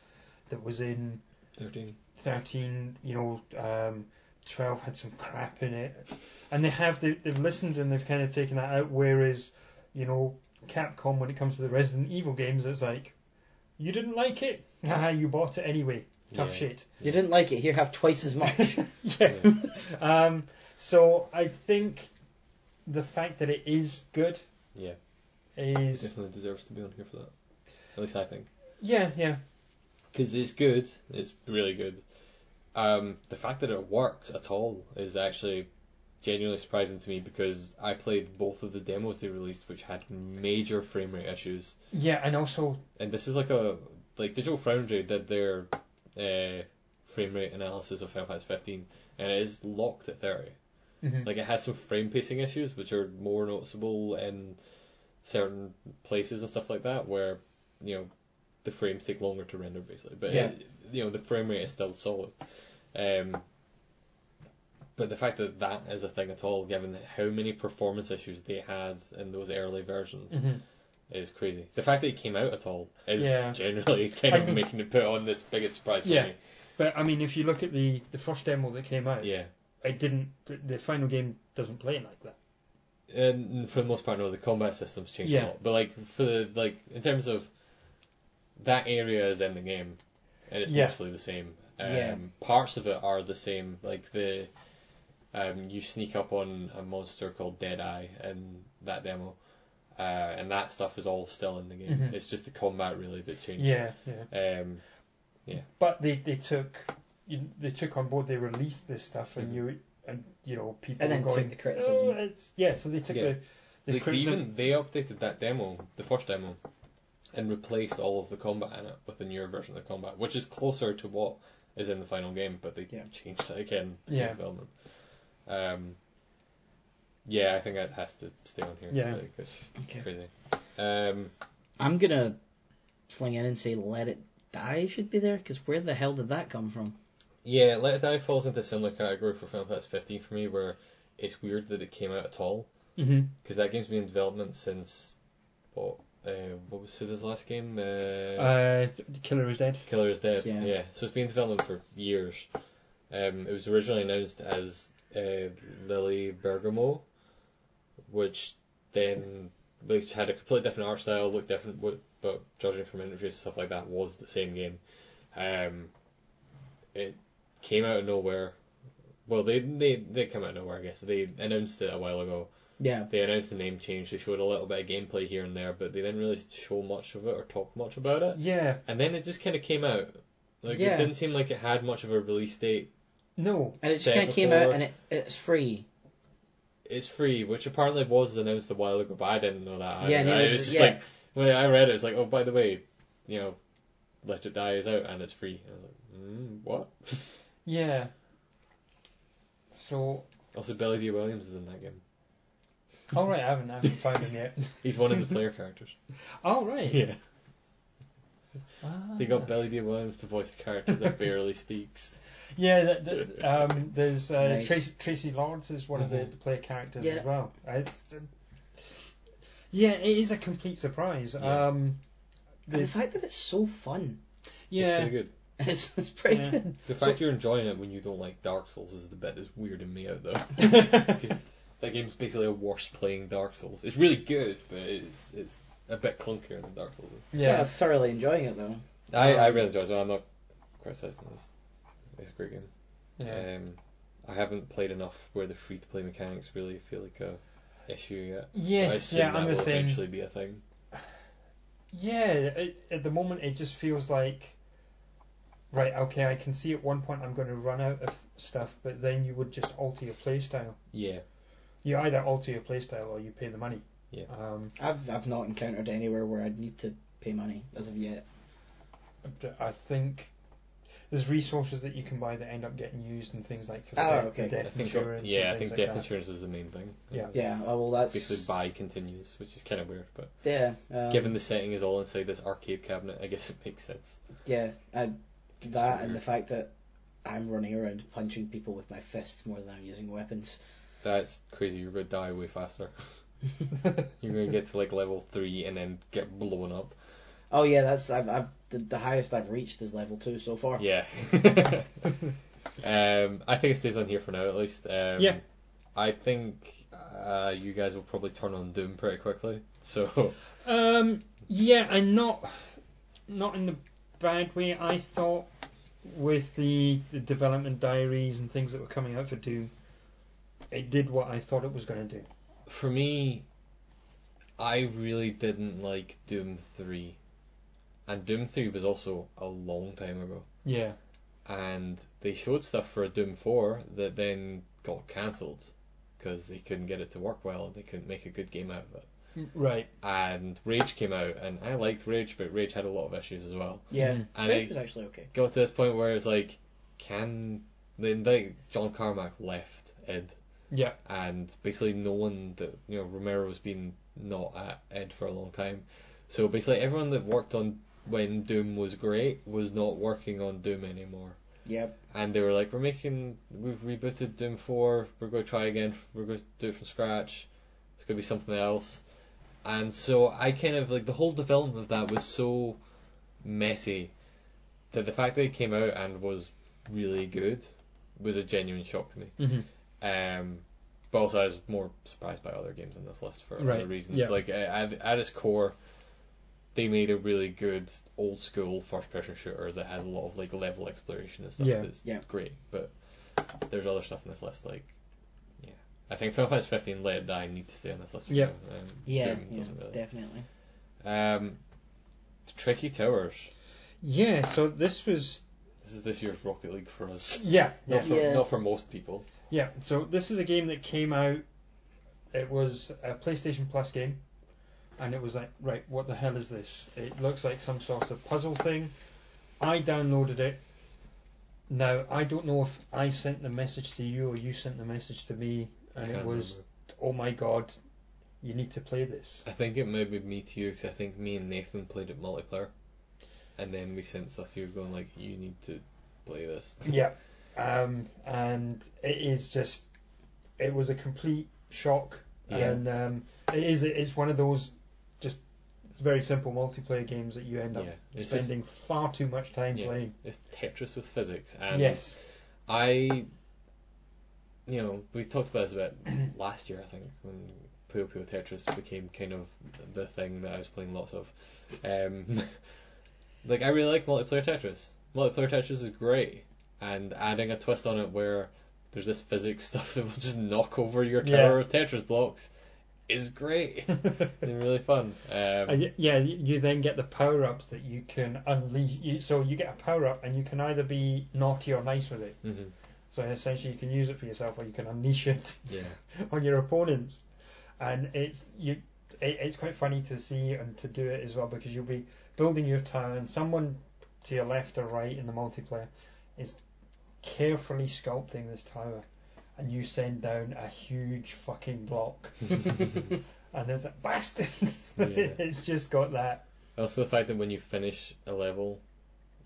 that was in 13. 13, you know, um, 12 had some crap in it. And they have, they, they've listened and they've kind of taken that out. Whereas, you know, Capcom, when it comes to the Resident Evil games, it's like, you didn't like it? Haha, you bought it anyway. Tough Yeah. shit. You didn't like it. Here, have twice as much. Yeah. um, so I think the fact that it is good Yeah, it is. definitely deserves to be on here for that. At least I think. Yeah, yeah. Because it's good. It's really good. Um, the fact that it works at all is actually genuinely surprising to me because I played both of the demos they released, which had major frame rate issues. Yeah, and also And this is like a like Digital Foundry did their uh, frame rate analysis of Final Fantasy 15, and it is locked at 30. mhm. Like it has some frame pacing issues, which are more noticeable in certain places and stuff like that, where you know the frames take longer to render basically. But Yeah. it- you know the frame rate is still solid. Um, but the fact that that is a thing at all, given how many performance issues they had in those early versions, Mhm. is crazy. The fact that it came out at all is Yeah. generally kind of I- making it put on this biggest surprise for Yeah. me. But I mean, if you look at the the first demo that came out, Yeah. it didn't. The, the final game doesn't play like that. and for the most part, no, the combat system's changed Yeah. a lot. But like for the like in terms of that area is in the game, and it's Yeah. mostly the same. Um, Yeah. Parts of it are the same. Like the um, you sneak up on a monster called Deadeye in that demo, uh, and that stuff is all still in the game. Mhm. It's just the combat really that changed. Yeah, yeah. Um, But they they took you, they took on board. They released this stuff, and Mhm. you and you know people Mm-hmm. And then were going. took the criticism. "Oh, it's-" yeah, so they took Yeah. the the like, criticism. even they updated that demo, the first demo, and replaced all of the combat in it with a newer version of the combat, which is closer to what is in the final game, but they Yeah. changed it again in Yeah. development. Um, yeah, I think that has to stay on here. Yeah. Like, it's Okay. crazy. Um, I'm gonna fling in and say "Let It Die" should be there because where the hell did that come from? yeah, Let It Die falls into a similar category for Final Fantasy 15 for me, where it's weird that it came out at all, Mhm. because that game's been in development since, what, uh, what was Suda's last game? Uh, Uh, the killer is dead. Killer is Dead. Yeah. Yeah. So it's been in development for years. Um, it was originally announced as uh, Lily Bergamo, which then which had a completely different art style, looked different, wa- but judging from interviews and stuff like that, was the same game. Um, it came out of nowhere. Well, they they they come out of nowhere, I guess. They announced it a while ago. Yeah, They announced the name change. They showed a little bit of gameplay here and there, but they didn't really show much of it or talk much about it Yeah, and then it just kind of came out. Like Yeah. it didn't seem like it had much of a release date. no. and it just Said kind of came before- out and it, it's free. It's free, which apparently was announced a while ago, but I didn't know that. either. Yeah, neither it was did- just yeah. like when I read it, it's like, oh, by the way, you know, Let It Die is out and it's free. And I was like, mm, what? Yeah. So Also, Billy D. Williams is in that game. all right, I haven't I haven't found him yet. He's one of the player characters. All right. Yeah, Ah. they got Billy D. Williams to voice a character that barely speaks. Yeah, that, that, um, there's uh, Nice. Tracy, Tracy Lawrence is one of the, Mhm. the player characters Yeah. as well. It's, yeah, it is a complete surprise. Yeah. Um, And the the, fact that it's so fun, it's yeah, pretty good. it's, it's pretty Yeah. good. The fact you're enjoying it when you don't like Dark Souls is the bit that's weirding me out though. because that game's basically a worse playing Dark Souls. It's really good, but it's it's a bit clunkier than Dark Souls. is. Yeah, yeah, thoroughly enjoying it though. I, I Um, really enjoy it. So I'm not criticizing this. It's a great game. yeah. Um, I haven't played enough where the free to play mechanics really feel like a issue yet. I Yes, assume yeah, that I'm the will same. eventually be a thing. Yeah, it, at the moment it just feels like, right, okay, I can see at one point I'm going to run out of stuff, but then you would just alter your playstyle. Yeah, You either alter your playstyle or you pay the money. Yeah. Um, I've I've not encountered anywhere where I'd need to pay money as of yet. D- I think there's resources that you can buy that end up getting used and things like for the Oh, death, okay. the I death think. insurance. and yeah, I things think like death that. insurance is the main thing. Yeah. Yeah, oh, well that's Basically, buy continues, which is kind of weird, but yeah. Um, given the setting is all inside this arcade cabinet, I guess it makes sense. yeah, I, that and the weird. fact that I'm running around punching people with my fists more than I'm using weapons. That's crazy. You're gonna die way faster. You're gonna get to like level three and then get blown up. Oh yeah, that's I've I've the, the highest I've reached is level two so far. Yeah. um, I think it stays on here for now at least. Um, Yeah. I think uh, you guys will probably turn on Doom pretty quickly. So Um, yeah, and not not in the bad way. I thought with the, the development diaries and things that were coming out for Doom, it did what I thought it was going to do. for me, I really didn't like Doom three, and Doom three was also a long time ago. Yeah, and they showed stuff for Doom 4 that then got cancelled because they couldn't get it to work well. They couldn't make a good game out of it. Right. And Rage came out, and I liked Rage, but Rage had a lot of issues as well. Yeah, Mhm. And Rage it was actually okay. got to this point where it's like, can then like John Carmack left Ed, Yeah. and basically no one that you know Romero's been not at Ed for a long time, so basically everyone that worked on when Doom was great was not working on Doom anymore Yeah, and they were like, "We're making, we've rebooted Doom Four. We're going to try again. We're going to do it from scratch. It's going to be something else." And so I kind of like the whole development of that was so messy that the fact that it came out and was really good was a genuine shock to me. Mm-hmm. Um, but also I was more surprised by other games on this list for Right, other reasons. yeah. Like uh, at, at its core, they made a really good old school first person shooter that had a lot of like level exploration and stuff. Yeah, that's yeah. great. But there's other stuff on this list like, yeah. I think Final Fantasy 15 Let It Die need to stay on this list. for Yeah. now, Um, yeah, Doom yeah doesn't really. definitely. Um, Tricky Towers. Yeah. So this was. This is this year's Rocket League for us. Yeah. Yeah. Not for, Yeah. not for most people. Yeah, so this is a game that came out. It was a PlayStation Plus game, and it was like, right, what the hell is this? It looks like some sort of puzzle thing. I downloaded it. Now, I don't know if I sent the message to you or you sent the message to me, I and it can't was, remember. oh my god, you need to play this. I think it might be me to you because I think me and Nathan played it multiplayer, and then we sent stuff to you going like, "You need to play this." Yeah, um, and it is just, it was a complete shock, Yeah. and um, it is it's one of those just it's very simple multiplayer games that you end up Yeah, it's just- uh, spending far too much time Yeah. playing. It's Tetris with physics, and yes, I, you know, we talked about this about last year, I think, when Puyo Puyo Tetris became kind of the thing that I was playing lots of. Um, like, I really like multiplayer Tetris. Multiplayer Tetris is great, and adding a twist on it where there's this physics stuff that will just knock over your Yeah. tower of Tetris blocks is great. They're really fun. Um, Uh, y- yeah. You you then get the power ups that you can unleash. You, so you get a power up, and you can either be naughty or nice with it. mhm, So essentially, you can use it for yourself, or you can unleash it. yeah, on your opponents, and it's you. It, it's quite funny to see and to do it as well because you'll be building your tower, and someone to your left or right in the multiplayer is carefully sculpting this tower, and you send down a huge fucking block, and there's like bastards. Yeah. it's just got that. Also, the fact that when you finish a level,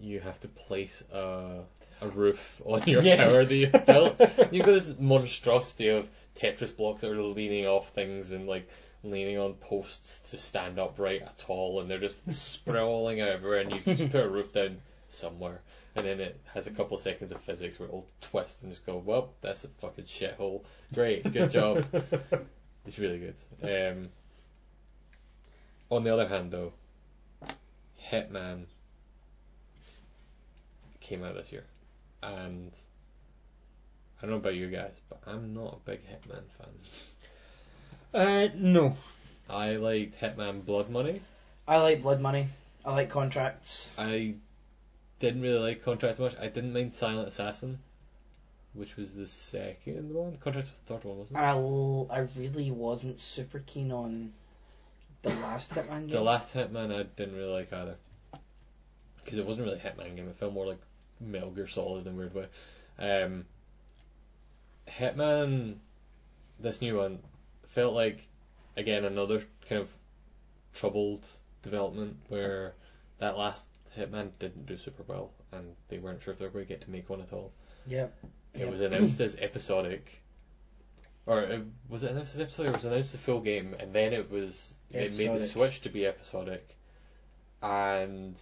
you have to place a, a roof on your Yes. tower that you built. You've got this monstrosity of Tetris blocks that are leaning off things and like leaning on posts to stand upright at all, and they're just sprawling out everywhere. And you just put a roof down somewhere, and then it has a couple of seconds of physics where it'll twist and just go, "Well, that's a fucking shithole." Great, good job. It's really good. Um, on the other hand, though, Hitman came out this year, and I don't know about you guys, but I'm not a big Hitman fan. Uh, no. I liked Hitman Blood Money. I like Blood Money. I like Contracts. I didn't really like Contract much. I didn't mind Silent Assassin, which was the second one. Contract was the third one, wasn't And I, l- I really wasn't super keen on the last Hitman game. it? The last Hitman I didn't really like either, because it wasn't really a Hitman game. It felt more like Metal Gear Solid in a weird way. Um, Hitman, this new one, felt like again another kind of troubled development where that last Hitman didn't do super well, and they weren't sure if they were going to get to make one at all. Yep. It Yep. was announced as episodic, or it, was it announced as episodic? Or was it announced as full game, and then it was it made the Episodic. switch to be episodic, and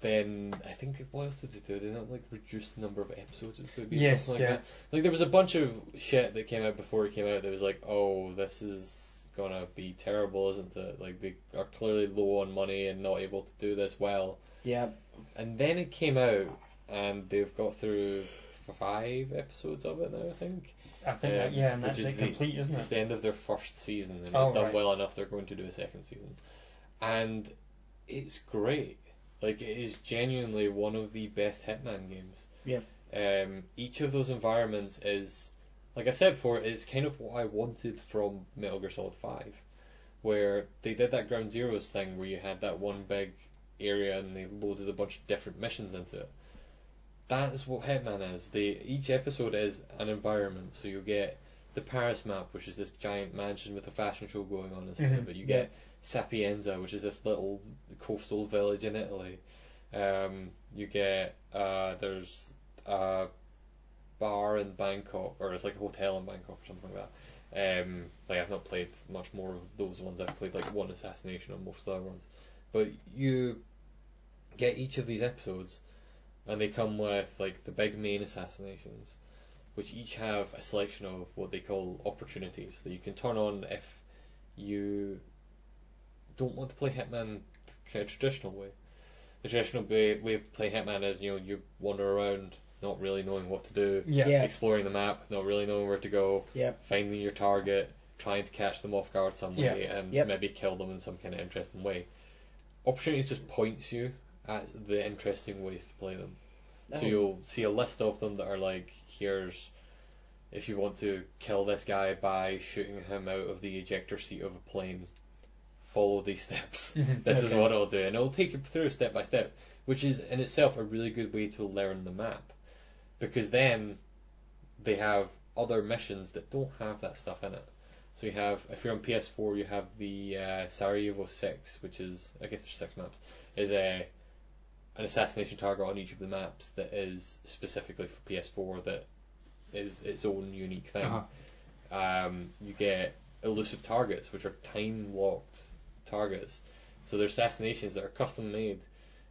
then I think what else did they do? They not like reduce the number of episodes. It would be Yes, something like yeah. that. Like there was a bunch of shit that came out before it came out that was like, oh, this is gonna be terrible, isn't it? Like they are clearly low on money and not able to do this well. Yep. And then it came out, and they've got through five episodes of it now, I think. I think that, Um, yeah, and which that's is it the- complete, isn't It's it? the end of their first season, and Oh, it's done right. well enough, they're going to do a second season. And it's great. Like, it is genuinely one of the best Hitman games. Yeah. Um, each of those environments is like I said before, is kind of what I wanted from Metal Gear Solid Five, where they did that Ground Zeroes thing where you had that one big area and they loaded a bunch of different missions into it. That is what Hitman is. They each episode is an environment, so you get the Paris map, which is this giant mansion with a fashion show going on inside Mhm, of it. You yeah. get Sapienza, which is this little coastal village in Italy. Um, you get uh, there's uh, a bar in Bangkok, or it's like a hotel in Bangkok or something like that. Um, like I've not played much more of those ones. I've played like one assassination on most of the other ones, but you get each of these episodes, and they come with like the big main assassinations which each have a selection of what they call opportunities that you can turn on if you don't want to play Hitman the kind of traditional way. The traditional way, way of playing Hitman is you know you wander around not really knowing what to do, Yeah. Yeah. exploring the map, not really knowing where to go, Yep. finding your target, trying to catch them off guard some Yeah. way, and Yep. maybe kill them in some kind of interesting way. Opportunities just points you at the interesting ways to play them. So Oh. you'll see a list of them that are like, here's if you want to kill this guy by shooting him out of the ejector seat of a plane, follow these steps. Mhm. this is Okay. what it'll do, and it'll take you through step by step, which is in itself a really good way to learn the map, because then they have other missions that don't have that stuff in it. So you have, if you're on PS4, you have the uh, Sarajevo Six, which is, I guess there's six maps, is a an assassination target on each of the maps that is specifically for PS4 that is its own unique thing. Uh-huh. Um, you get elusive targets, which are time locked targets. So they're assassinations that are custom made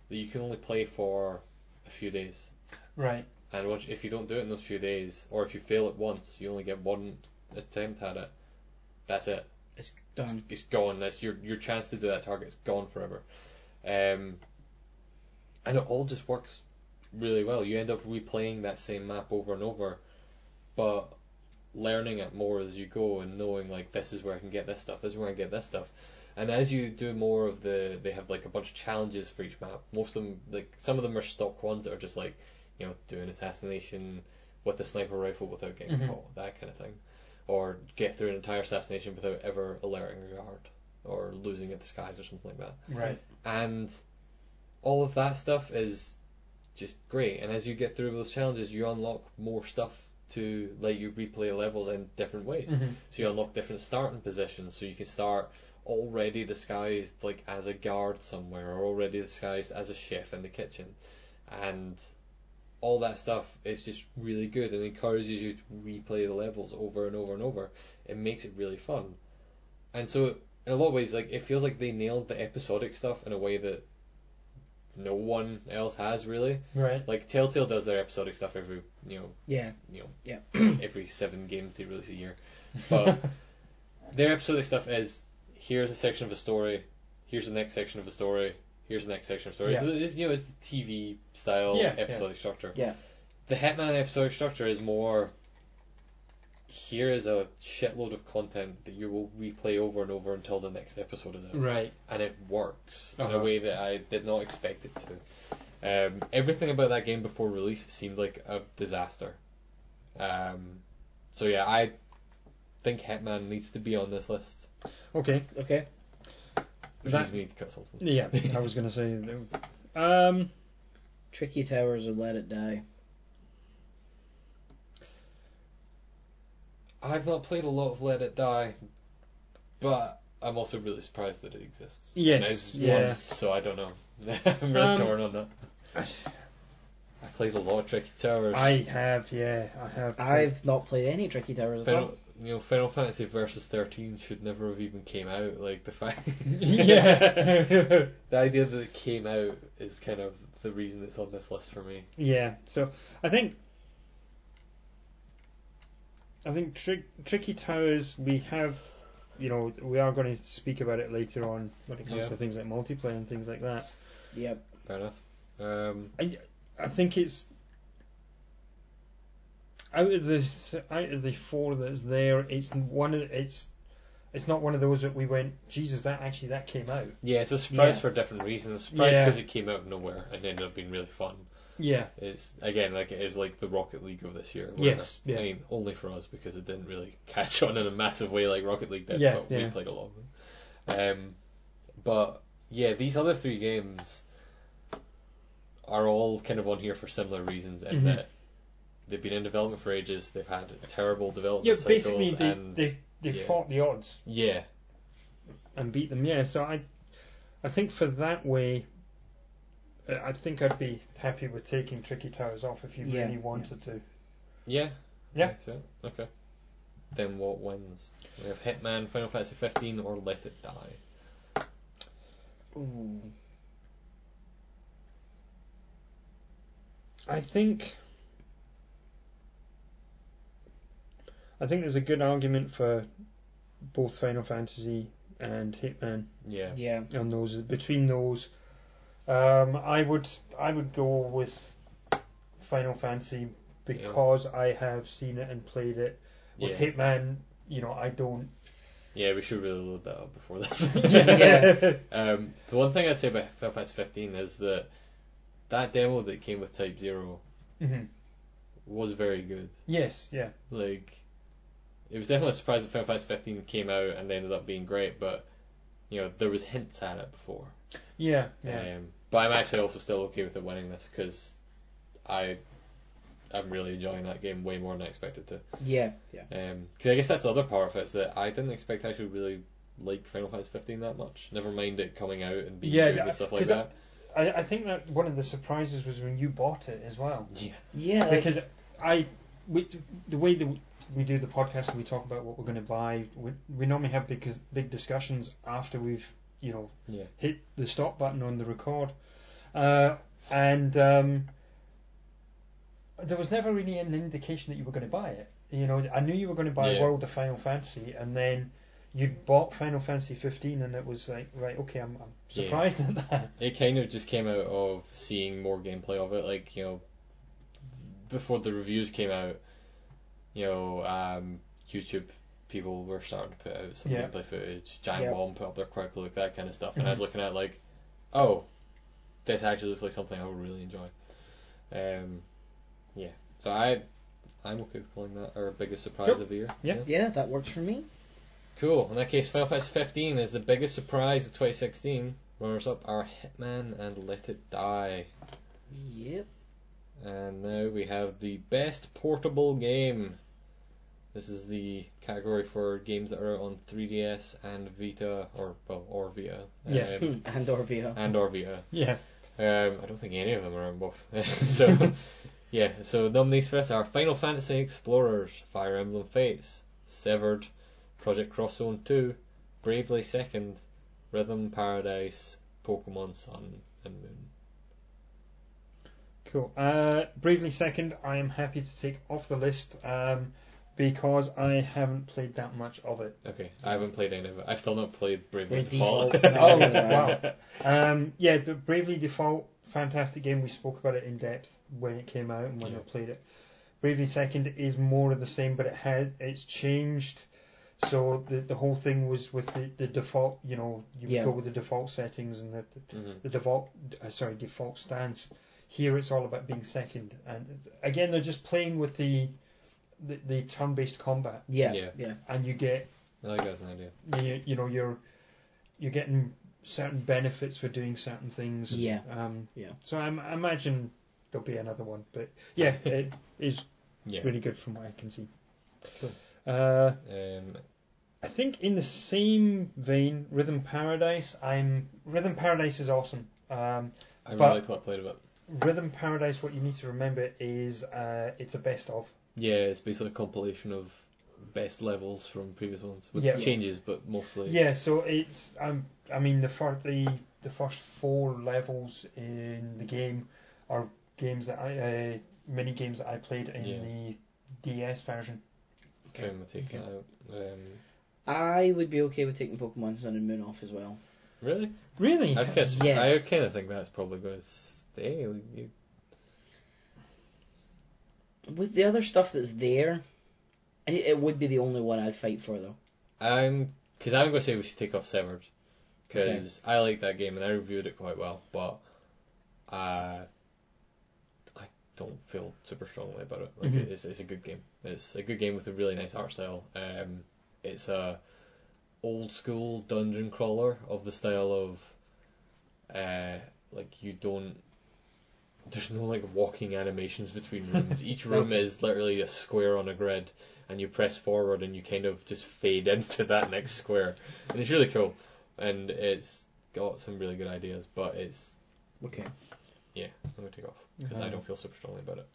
that you can only play for a few days. Right. And once, if you don't do it in those few days, or if you fail it once, you only get one attempt at it. That's it It's done. it's gone. That's your your chance to do that target is gone forever. Um, and it all just works really well. You end up replaying that same map over and over, but learning it more as you go and knowing like this is where I can get this stuff, this is where I can get this stuff. And as you do more of the, they have like a bunch of challenges for each map. Most of them, like some of them are stock ones that are just like, you know, do an assassination with a sniper rifle without getting Mhm. caught, that kind of thing or get through an entire assassination without ever alerting a guard or losing a disguise or something like that. Right. And all of that stuff is just great. And as you get through those challenges, you unlock more stuff to let you replay levels in different ways. Mhm. So you unlock different starting positions, so you can start already disguised like as a guard somewhere, or already disguised as a chef in the kitchen, and all that stuff is just really good and encourages you to replay the levels over and over and over. It makes it really fun, and so in a lot of ways, like it feels like they nailed the episodic stuff in a way that no one else has really. Right. Like Telltale does their episodic stuff every you know Yeah. you know Yeah. every seven games they release a year, but their episodic stuff is here's a section of a story, here's the next section of a story, here's the next section of a story. Yeah. So it's, you know, it's the TV style Yeah, yeah. episodic structure. Yeah. The Hitman episodic structure is more here is a shitload of content that you will replay over and over until the next episode is out right. and it works in Uh-huh. a way that I did not expect it to. Um, everything about that game before release seemed like a disaster. Um, so yeah, I think Hitman needs to be on this list. Okay. Okay. Which That- means we need to cut something. Yeah. I was gonna say. Um. Tricky Towers and Let It Die. I've not played a lot of Let It Die, but I'm also really surprised that it exists. And Yes, it's yeah. one, so I don't know. I'm really Um, torn on that. I played a lot of Tricky Towers. I have. Yeah. I have. I've not played any Tricky Towers at all. Final, you know, Final Fantasy Versus 13 should never have even came out. Like the fact, yeah. the idea that it came out is kind of the reason it's on this list for me. Yeah, so I think I think Tri- Tricky Towers we have, you know, we are going to speak about it later on when it comes Yeah. to things like multiplayer and things like that. Yep. Fair enough. Um, I I think it's out of the out of the four that's there, it's one of it's it's not one of those that we went, Jesus, that actually that came out. yeah, it's a surprise Yeah. for different reasons. Surprise Yeah. because it came out of nowhere and ended up being really fun. Yeah. It's again like it is like the Rocket League of this year. Yes, where- yeah. I mean, only for us because it didn't really catch on in a massive way like Rocket League did. Yeah, but we yeah. played a lot of them. Um, but yeah, these other three games are all kind of on here for similar reasons in Mhm. that they've been in development for ages. They've had terrible development Yeah, cycles basically they and they they yeah. fought the odds yeah, and beat them. Yeah, so I I think for that way, uh, I think I'd be happy with taking Tricky Towers off if you Yeah, really yeah. wanted to. yeah, Yeah. Makes sense. Okay. Then what wins? We have Hitman, Final Fantasy 15, or Let It Die. Ooh. I think I think there's a good argument for both Final Fantasy and Hitman Yeah. Yeah. on those between those. Um, I would I would go with Final Fantasy because I have seen it and played it. With Yeah. Hitman, you know, I don't. Yeah, we should really load that up before this. Yeah. um, the one thing I'd say about Final Fantasy 15 is that that demo that came with Type Zero Mhm. was very good. Yes, yeah. Like, it was definitely a surprise that Final Fantasy 15 came out and ended up being great, but you know there was hints at it before. Yeah, yeah. Um, but I'm actually also still okay with it winning this because I I'm really enjoying that game way more than I expected to. Yeah. Yeah. Because Um, I guess that's the other part of it is that I didn't expect I actually really like Final Fantasy 15 that much. Never mind it coming out and being Yeah, good yeah, and stuff like 'cause that. I, I think that one of the surprises was when you bought it as well. Yeah, Yeah. Like, because I, we, the way that we do the podcast and we talk about what we're going to buy, we, we normally have big, big discussions after we've, you know, yeah, hit the stop button on the record. Uh, and um, there was never really an indication that you were going to buy it. You know, I knew you were going to buy Yeah. World of Final Fantasy, and then you bought Final Fantasy 15, and it was like, right, okay, I'm, I'm Yeah. surprised at that. it kind of just came out of seeing more gameplay of it. Like you know, before the reviews came out, you know, um, YouTube people were starting to put out some Yeah. Mm-hmm. gameplay footage. Giant Yeah. Bomb put up their quick look, that kind of stuff, and I was looking at it like, oh, this actually looks like something I would really enjoy. Um, yeah, so I, I'm okay with calling that our biggest surprise Yep. of the year. Yeah. yeah, that works for me. Cool. In that case, Final Fantasy 15 is the biggest surprise of 2016. Runners up are Hitman and Let It Die. Yep. And now we have the best portable game. This is the category for games that are out on 3DS and Vita, or well, or Vita. Yeah. Um, and or VR. and or Vita. Yeah. Um, I don't think any of them are on both. so, yeah. So nominees for this are Final Fantasy Explorers, Fire Emblem Fates, Severed, Project Crosszone 2, Bravely Second, Rhythm Paradise, Pokemon Sun and Moon. Cool. Uh, briefly, second, I am happy to take off the list um, because I haven't played that much of it. Okay, I haven't played any of it. I've still not played Bravely With Default. default. Oh, Yeah. wow. Um, yeah, but Bravely Default, fantastic game. We spoke about it in depth when it came out and when Yeah. I played it. Bravely Second is more of the same, but it has it's changed. So the the whole thing was with the, the default, you know, you would Yeah. go with the default settings and the Mhm. the default uh, sorry default stance. Here it's all about being second, and it's- again they're just playing with the the, the turn based combat, Yeah. Yeah. Yeah. and you get I think that's an idea. you, you know you're you're getting certain benefits for doing certain things. Yeah. Um, Yeah. So I'm, I imagine there'll be another one, but yeah, it is Yeah. really good from what I can see. Cool. Uh, Um, I think in the same vein, Rhythm Paradise. I'm Rhythm Paradise is awesome. Um, I really But- liked what I played of it. Rhythm Paradise. What you need to remember is uh, it's a best of. Yeah, it's basically a compilation of best levels from previous ones with Yeah. changes, but mostly. Yeah, so it's um, I mean the first the, the first four levels in the game are games that I uh, mini games that I played in Yeah. the DS version. Okay. I'm taking it out. Um, I would be okay with taking Pokemon Sun and Moon off as well. really? Really? I was kinda, surp- Yes. I kind of think that's probably going to stay. like, you- With the other stuff that's there, it, it would be the only one I'd fight for though. I'm because I'm going to say we should take off Severed because I like that game and I reviewed it quite well, but uh, don't feel super strongly about it. Like Mhm. it's, it's a good game. It's a good game with a really nice art style. Um, it's a old school dungeon crawler of the style of uh, like you don't. There's no like walking animations between rooms. Each room is literally a square on a grid, and you press forward and you kind of just fade into that next square, and it's really cool. And it's got some really good ideas, but it's Okay. yeah, I'm gonna take off because I Uh, don't feel super strongly about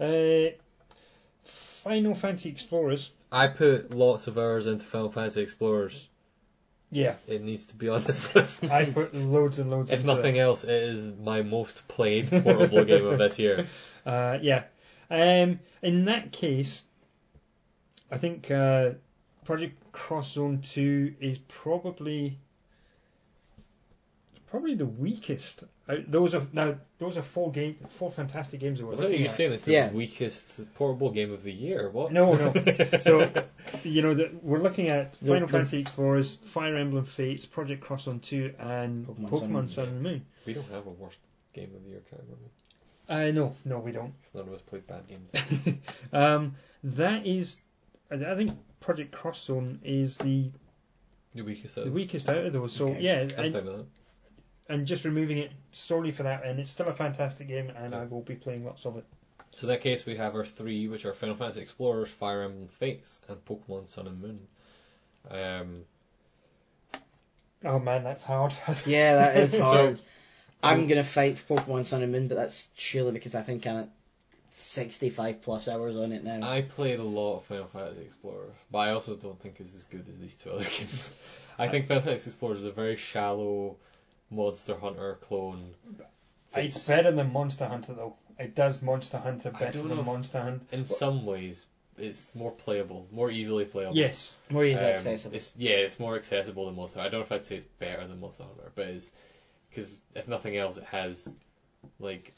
it. Uh, Final Fantasy Explorers. I put lots of hours into Final Fantasy Explorers. Yeah, It needs to be on this list. I put loads and loads. if into nothing else, it is my most played portable game of this year. that. Uh, yeah. Um, in that case, I think uh, Project Cross Zone Two is probably probably the weakest. Uh, those are now those are four game four fantastic games that we're I thought looking you were at. saying it's Yeah. the weakest portable game of the year. What? No, no. so, you know, the, we're looking at The- Final the- Fantasy Explorers, Fire Emblem Fates, Project Cross Zone 2, and Pokemon Pokemon, Sun and Moon. Sun, and Moon. we don't have a worst game of the year category. Uh, no, no, we don't. Because none of us played bad games. Um, that is, I I think Project Cross Zone is the, the weakest. out the of- weakest out of those. So, Okay. yeah, I'm and, fine with that. and just removing it solely for that, and it's still a fantastic game, and I Okay. will be playing lots of it. So in that case, we have our three, which are Final Fantasy Explorers, Fire Emblem Fates, and Pokemon Sun and Moon. Um, Oh man, that's hard. Yeah, that is So- hard. I'm gonna fight for Pokemon Sun and Moon, but that's surely because I think I'm at 65 plus hours on it now. I played a lot of Final Fantasy Explorer, but I also don't think it's as good as these two other games. I think Final Fantasy Explorer is a very shallow Monster Hunter clone. it's better than Monster Hunter, though. It does Monster Hunter I better don't than know if- Monster Hunter. In some ways, it's more playable, more easily playable. Yes. More easily Um, accessible. It's, yeah, it's more accessible than Monster. Hunter. I don't know if I'd say it's better than Monster Hunter, but it's because if nothing else, it has like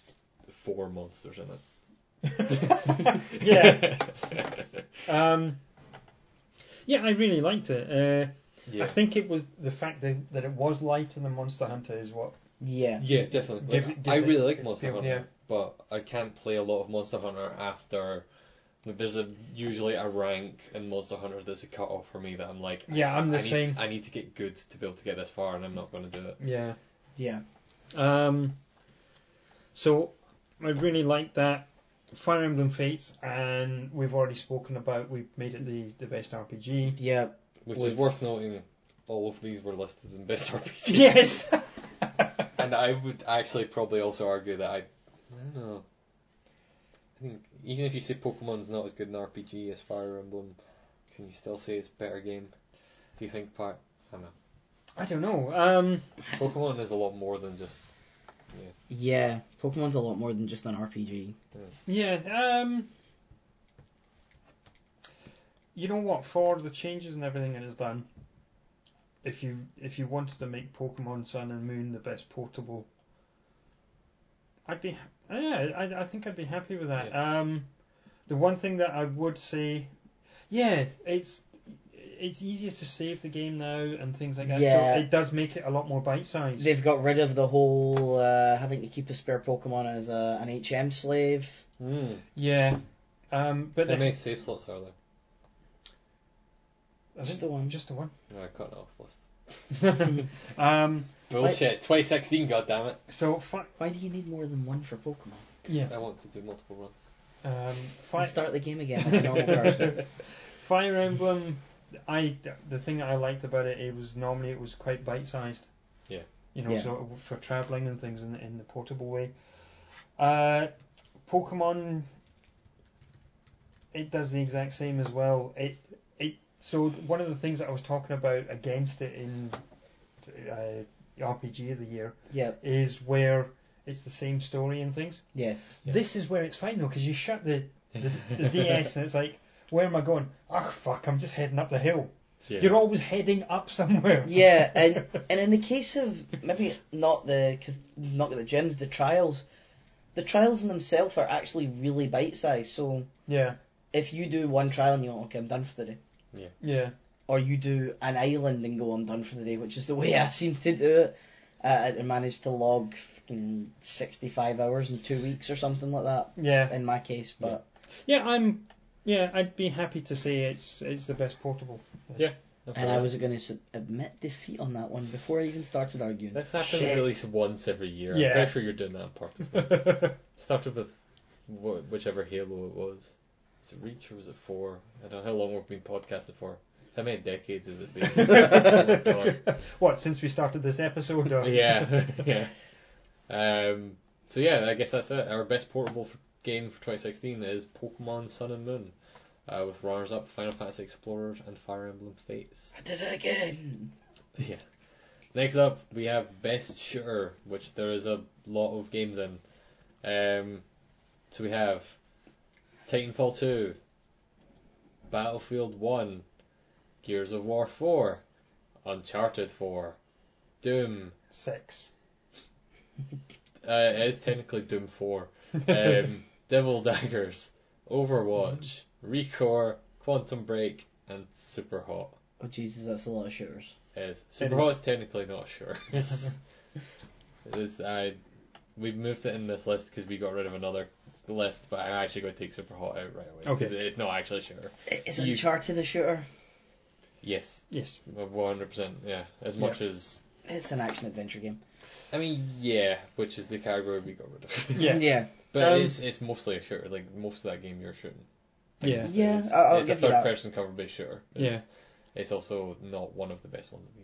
four monsters in it. Yeah. Um, yeah, I really liked it. Uh, I yeah. think it was the fact that, that it was lighter than Monster Hunter is what. Yeah. Yeah, definitely. Like, Give- give I it really like its Monster due, Hunter, yeah. but I can't play a lot of Monster Hunter after. Like, there's a usually a rank in Monster Hunter that's a cut off for me that I'm like. Yeah, I'm the I need, same. I need to get good to be able to get this far, and I'm not going to do it. Yeah. Yeah. Um, so I really liked that. Fire Emblem Fates, and we've already spoken about we've made it the, the best RPG. Yeah. Which Which- is worth noting. All of these were listed in best RPG, Yes! and I would actually probably also argue that I. I don't know. I think even if you say Pokemon's not as good an RPG as Fire Emblem, can you still say it's a better game? Do you think, Pat? I don't know. I don't know. Um, Pokemon is a lot more than just. Yeah. Pokemon's a lot more than just an RPG. yeah, um, you know what? For the changes and everything it has done, if you if you wanted to make Pokemon Sun and Moon the best portable, I'd be yeah, I, I think I'd be happy with that. Um, the one thing that I would say, yeah, it's it's easier to save the game now and things like that. Yeah. So it does make it a lot more bite sized. They've got rid of the whole uh, having to keep a spare Pokemon as a, an HM slave. Mm. Yeah. Um, but How the- many save slots are there? I think Just the one. Just the one. No, I cut it off list. Um, Bullshit, it's 2016, goddammit. so fi- Why do you need more than one for Pokemon? yeah. I want to do multiple runs. Um, You fi- start the game again like a normal person. Fire Emblem. I the thing I liked about it, it was normally it was quite bite sized. Yeah. You know, Yeah. so for traveling and things in in the portable way. Uh, Pokemon. It does the exact same as well. It it so one of the things that I was talking about against it in uh, RPG of the year Yeah. is where it's the same story and things. Yes. Yeah. This is where it's fine though, because you shut the, the the DS and it's like, where am I going? Ah, fuck! I'm just heading up the hill. Yeah. You're always heading up somewhere. Yeah, and and in the case of maybe not the cause not the gyms, the trials, the trials in themselves are actually really bite sized. So Yeah, if you do one trial and you go, okay, I'm done for the day, yeah, or you do an island and go, I'm done for the day, which is the way I seem to do it. uh, and managed to log fucking 65 hours in two weeks or something like that Yeah, in my case. But yeah, I'm. Yeah, I'd be happy to say it's it's the best portable. and I was going to admit defeat on that one before I even started arguing. This happens Shit. at least once every year. Yeah. I'm pretty sure you're doing that on purpose. now. Started with wh- whichever Halo it was. Is it Reach or was it Four? I don't know how long we've been podcasting for. How many decades has it been? oh my god. what since we started this episode? Or... Yeah, yeah. Um, so yeah, I guess that's it. Our best portable for, game for 2016 is Pokemon Sun and Moon, uh, with runners-up Final Fantasy Explorers and Fire Emblem Fates. I did it again. Yeah. Next up, we have Best Shooter, which there is a lot of games in. Um, so we have Titanfall 2, Battlefield 1, Gears of War 4, Uncharted 4, Doom. Six. Uh, it is technically Doom 4. Um, Devil Daggers, Overwatch, Mm-hmm. Recore, Quantum Break, and Superhot. Oh Jesus, that's a lot of shooters. is. It Superhot is technically not sure. It's, it's, I, we moved it in this list because we got rid of another list, but I'm actually going to take Superhot out right away. 'cause Okay. It's not actually sure. I- Is You- Uncharted a shooter? Yes, Yes. 100%. Yeah, as much as. It's an action adventure game. I mean, yeah, which is the category we got rid of. Yeah. yeah, But Um, it's, it's mostly a shooter. Like, most of that game you're shooting. Yeah. Yeah, It's, I'll- I'll it's give a you third that. person cover based shooter. It's, Yeah. It's also not one of the best ones of the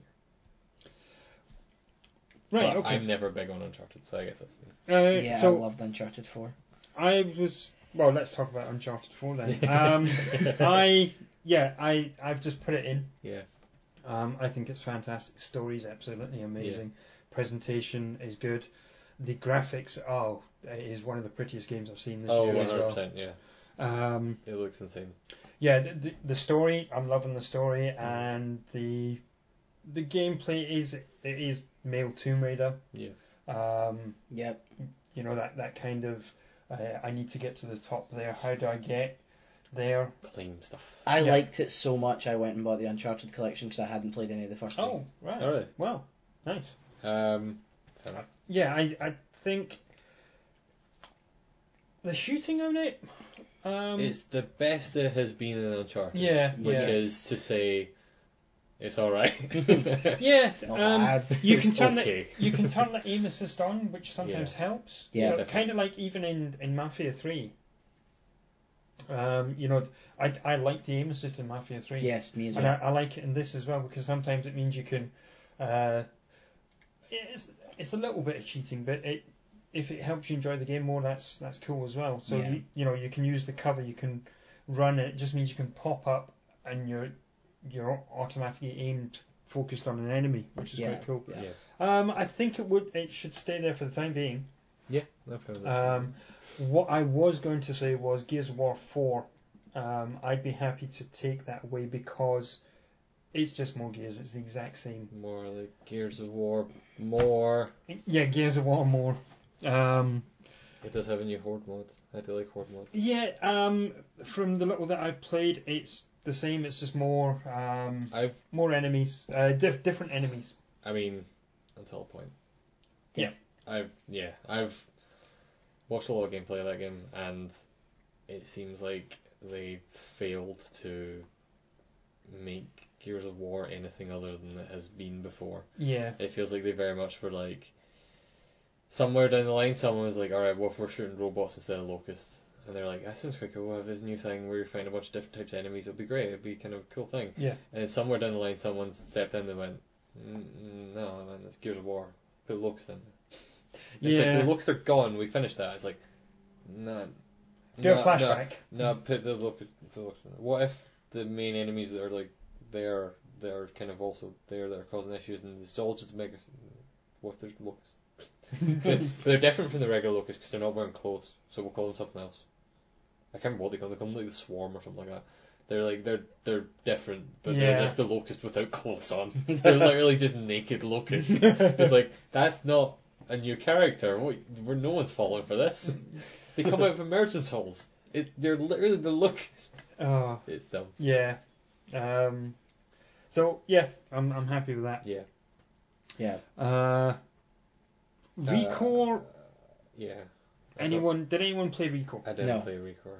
year. Right. But okay. I'm never big on Uncharted, so I guess that's me. Uh, yeah. so I loved Uncharted Four. I was well. Let's talk about Uncharted Four then. Um, I yeah, I I've just put it in. Yeah. Um, I think it's fantastic. Story's absolutely amazing. Presentation is good. The graphics, oh, it is one of the prettiest games I've seen this Oh, year 100%. as well. Yeah. Um, It looks insane. yeah, the, the, the story, I'm loving the story, and the the gameplay is it is male Tomb Raider. Yeah. Um, Yep. you know that that kind of uh, I need to get to the top there. How do I get there? Claim stuff. I Yeah. liked it so much I went and bought the Uncharted collection because I hadn't played any of the first three. Oh, right. All right. Wow, nice. Um, Yeah, I I think the shooting on it. Um, it's the best it has been in Uncharted. yeah, Which yeah. is to say, it's alright. Yes, Not um, bad. you It's can turn okay. the you can turn the aim assist on, which sometimes helps. Yeah, so definitely. kind of like even in, in Mafia Three. Um, you know, I I like the aim assist in Mafia Three. Yes, me as And I, well. I like it in this as well because sometimes it means you can. Uh, it's it's a little bit of cheating, but it if it helps you enjoy the game more, that's that's cool as well. So Yeah. you, you know you can use the cover, you can run it. It just means you can pop up and you're you're automatically aimed focused on an enemy, which is yeah. quite cool. Yeah. Yeah. Um, I think it would it should stay there for the time being. yeah, no problem. Um, what I was going to say was Gears of War 4. Um, I'd be happy to take that away because it's just more Gears. It's the exact same. more like Gears of War. More. Yeah, Gears of War more. Um, It does have a new horde mode. I do like horde mode. yeah, um, from the little that I've played, it's the same. It's just more um, I've. more enemies, uh, diff- different enemies. I mean, until a point. Yeah. I've. Yeah. I've watched a lot of gameplay of that game, and it seems like they failed to make Gears of War anything other than it has been before. Yeah, It feels like they very much were like somewhere down the line someone was like, Alright, what if we're shooting robots instead of locusts? And they're like, That sounds quite cool, we'll have this new thing where you find a bunch of different types of enemies, it'll be great, it'll be kind of a cool thing. yeah, And then somewhere down the line someone stepped in and went, "Mm, mm, No man, it's Gears of War. Put locusts in there. It's yeah. like the locusts are gone, we finished that. It's like no Do a no, flashback. No, no put the locusts put the locusts in there. What if the main enemies that are like there that are kind of also there that are causing issues and it's all just mega what if there's locusts? but they're different from the regular locusts because they're not wearing clothes, so we'll call them something else. I can't remember what they call them. They call them like the swarm or something like that. They're like they're they're different, but Yeah. they're just the locust without clothes on. they're literally just naked locusts. It's like that's not a new character. What, we're no one's falling for this. They come out of emergence holes. It, they're literally the locusts. Oh, It's dumb. yeah. Um, so yeah, I'm I'm happy with that. Yeah. yeah. Uh, Recore. Yeah. I don't- anyone? Did anyone play Recore? I didn't No. play Recore.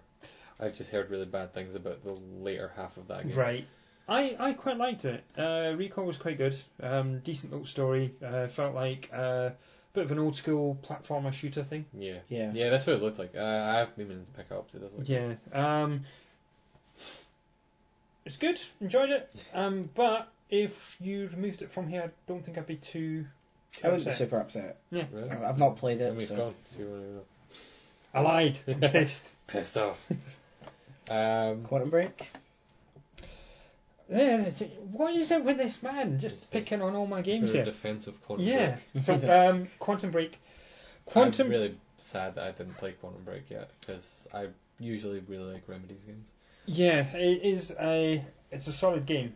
I've just heard really bad things about the later half of that game. Right. I, I quite liked it. Uh, Recall was quite good. Um, decent little story. Uh, felt like uh, a bit of an old school platformer shooter thing. Yeah. Yeah. Yeah, that's what it looked like. Uh, I have been meaning to pick it up. So it does look. Yeah. Um, it's good. Enjoyed it. Um, but if you removed it from here, I don't think I'd be too. too I wouldn't be upset. super upset. Really? Uh, I- I've not played And it. we've So. gone. So you wanna go? I lied. I'm pissed. Pissed off. um, Quantum Break. Yeah, what is it with this man? Just picking on all my games for a here. defensive Quantum Yeah. Break. So um, Quantum Break. Quantum. I'm really sad that I didn't play Quantum Break yet because I usually really like Remedies games. Yeah, it is a it's a solid game.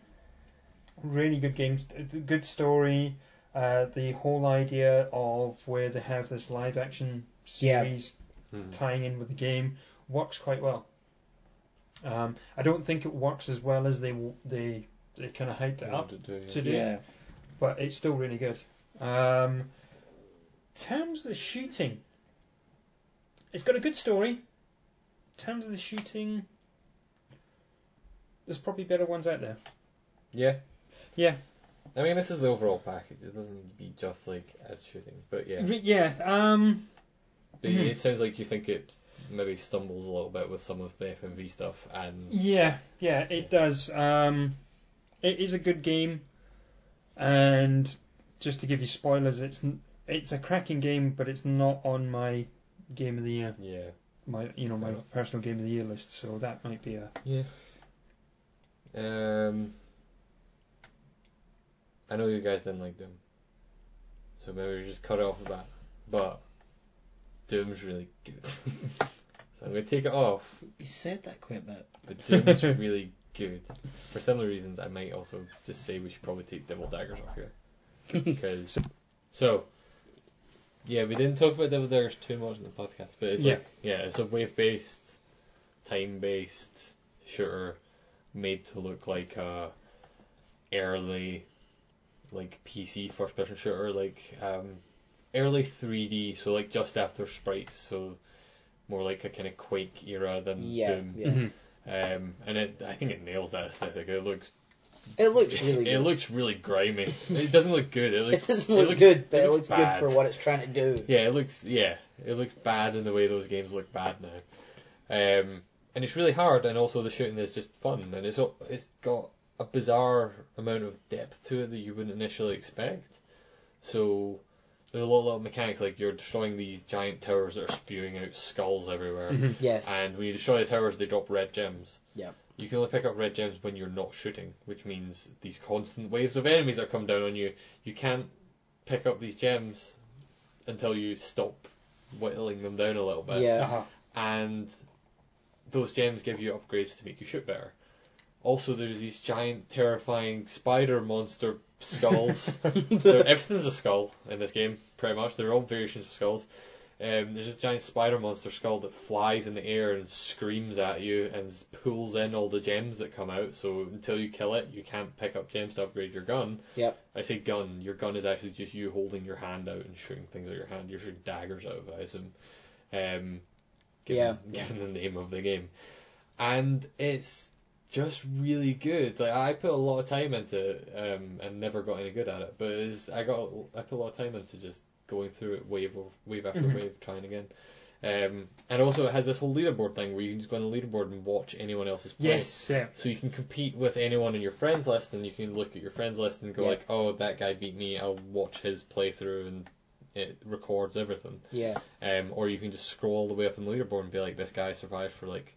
Really good game, st- good story. Uh, the whole idea of where they have this live action Yeah. series Hmm. tying in with the game works quite well. Um, I don't think it works as well as they w- they they kind of hyped I it up, wanted to, yeah. to do it, Yeah. but it's still really good. Um, terms of the shooting, it's got a good story. Terms of the shooting, there's probably better ones out there. Yeah. Yeah. I mean, this is the overall package. It doesn't need to be just like as shooting, but yeah. Re- yeah um, But Mhm. It sounds like you think it maybe stumbles a little bit with some of the FMV stuff, and yeah, yeah, it does. Um, it is a good game, and just to give you spoilers, it's n- it's a cracking game, but it's not on my game of the year, yeah, my you know my personal game of the year list. So that might be a yeah. Um, I know you guys didn't like Doom, so maybe we just cut it off with that. But Doom's really good, so I'm gonna take it off. You said that quite a bit. But Doom's really good. For similar reasons, I might also just say we should probably take Devil Daggers off here. Because, so, yeah, we didn't talk about Devil Daggers too much in the podcast, but it's Yeah. like, yeah, it's a wave based, time based shooter made to look like a early, like PC first person shooter, like um, early 3D, so like just after sprites, so more like a kind of Quake era than Yeah. Doom. yeah. Um, and it, I think it nails that aesthetic. It looks It looks really it good. looks really grimy. It doesn't look good. It looks It doesn't look good, but it looks, bad. good for what it's trying to do. Yeah, it looks yeah, it looks bad in the way those games look bad now. Um, and it's really hard, and also the shooting is just fun, and it's o- it's got a bizarre amount of depth to it that you wouldn't initially expect. So there's a lot of little mechanics like you're destroying these giant towers that are spewing out skulls everywhere. Yes. And when you destroy the towers, they drop red gems. Yeah. You can only pick up red gems when you're not shooting, which means these constant waves of enemies that come down on you, you can't pick up these gems until you stop whittling them down a little bit. yeah. Uh-huh. And those gems give you upgrades to make you shoot better. Also, there's these giant, terrifying spider monster skulls. They're- everything's a skull in this game, pretty much. They're all variations of skulls. Um, there's this giant spider monster skull that flies in the air and screams at you and s- pulls in all the gems that come out. So until you kill it, you can't pick up gems to upgrade your gun. Yep. I say gun. Your gun is actually just you holding your hand out and shooting things out of your hand. You're shooting daggers out of it, I assume. Um, given, Yeah. Given the name of the game, and it's just really good. Like I put a lot of time into it, um, and never got any good at it. But it's, I got I put a lot of time into just going through it wave over, wave after Mm-hmm. Mhm. wave, trying again. Um, and also it has this whole leaderboard thing where you can just go on the leaderboard and watch anyone else's play. Yes, yeah. So you can compete with anyone in your friends list, and you can look at your friends list and go Yeah. like, "Oh, that guy beat me. I'll watch his playthrough," and it records everything. Yeah. Um, or you can just scroll all the way up in the leaderboard and be like, "This guy survived for like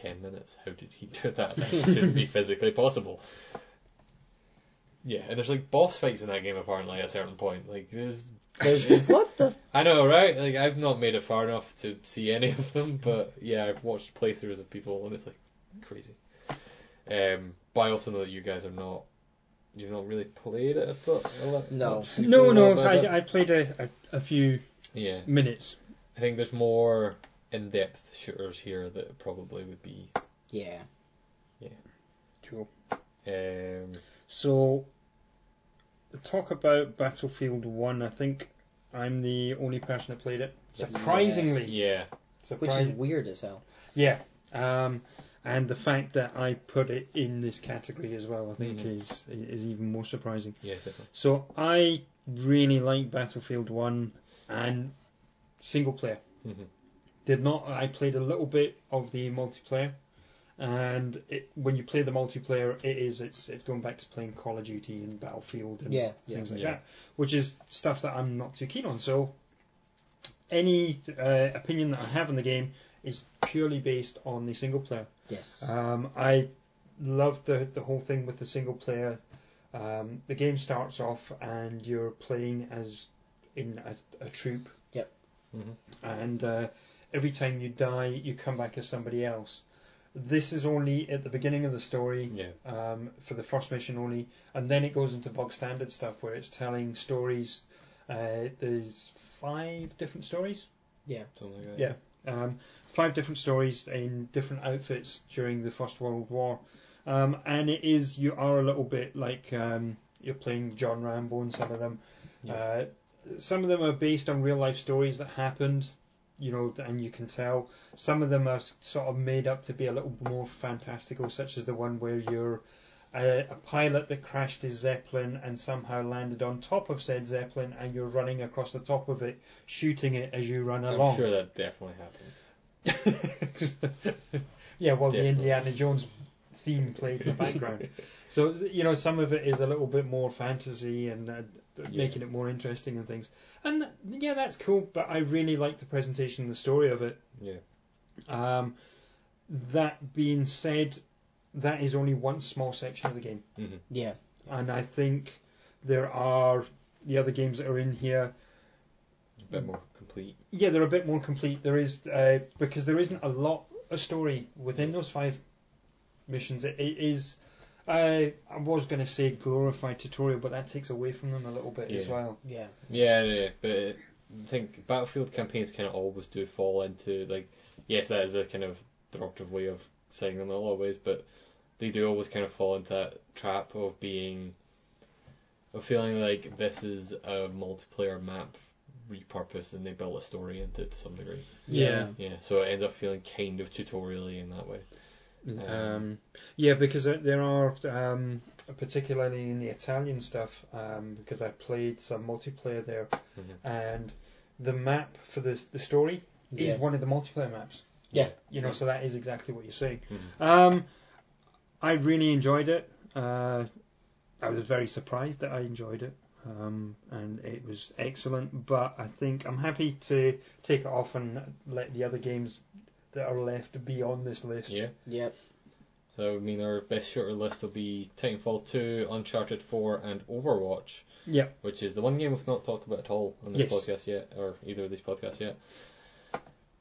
ten minutes. How did he do that? That shouldn't be physically possible." Yeah, and there's like boss fights in that game apparently at a certain point. Like there's, there's it's- What the? I know, right? Like I've not made it far enough to see any of them, but yeah, I've watched playthroughs of people, and it's like crazy. Um, but I also know that you guys are not, you've not really played it. I thought. a lot- No. much. You No, played a little no, bit of it. I, I played a, a, a few Yeah, minutes. I think there's more in-depth shooters here that probably would be. Yeah. Cool. Um, So, talk about Battlefield 1. I think I'm the only person that played it. Surprisingly. Yeah. Which Surprising. is weird as hell. Yeah. Um, and the fact that I put it in this category as well, I think, Mm-hmm. Mhm. is is even more surprising. Yeah, definitely. So I really like Battlefield One and single player. Mhm. Did not. I played a little bit of the multiplayer, and it, when you play the multiplayer, it is it's it's going back to playing Call of Duty and Battlefield and Yeah, yeah. things like Yeah. that, which is stuff that I'm not too keen on. So any uh, opinion that I have on the game is purely based on the single player. Yes. Um, I love the the whole thing with the single player. Um, the game starts off and you're playing as in a, a troop, Mm-hmm. and uh, every time you die, you come back as somebody else. This is only at the beginning of the story Yeah. um, for the first mission only, and then it goes into bog standard stuff where it's telling stories. Uh, there's five different stories. yeah. Something like that. Yeah. Um, five different stories in different outfits during the First World War, um, and it is you are a little bit like um, you're playing John Rambo in some of them. Yeah. Uh, some of them are based on real life stories that happened, you know, and you can tell. Some of them are s- sort of made up to be a little more fantastical, such as the one where you're a, a pilot that crashed his zeppelin and somehow landed on top of said zeppelin, and you're running across the top of it, shooting it as you run I'm along. sure that definitely happened. yeah, well, the Definitely. Indiana Jones theme played in the background. so, you know, some of it is a little bit more fantasy and uh, making it more interesting and things. And th- yeah, that's cool, but I really like the presentation and the story of it. Yeah. Um, that being said, that is only one small section of the game Mm-hmm. Yeah. and I think there are the other games that are in here. A bit more complete. Yeah, they're a bit more complete. There is uh, because there isn't a lot of story within those five missions. It, it is. I I was going to say glorified tutorial, but that takes away from them a little bit as Yeah. well. Yeah. Yeah, yeah, but I think Battlefield campaigns kind of always do fall into like, yes, that is a kind of derogative way of saying them in a lot of ways, but they do always kind of fall into that trap of being, of feeling like this is a multiplayer map repurposed and they built a story into it to some degree. Yeah. Yeah, so it ends up feeling kind of tutorially in that way. Um, yeah, because there- there are um, particularly in the Italian stuff um, because I played some multiplayer there, Mhm. and the map for the the story is Yeah. one of the multiplayer maps. Yeah. You know, so that is exactly what you're saying. Mhm. Um, I really enjoyed it. Uh, I was very surprised that I enjoyed it, um, and it was excellent. But I think I'm happy to take it off and let the other games that are left be on this list. Yeah. Yeah. So I mean, our best shooter list will be Titanfall 2, Uncharted 4, and Overwatch. Yeah. which is the one game we've not talked about at all on this Yes. podcast yet, or either of these podcasts yet.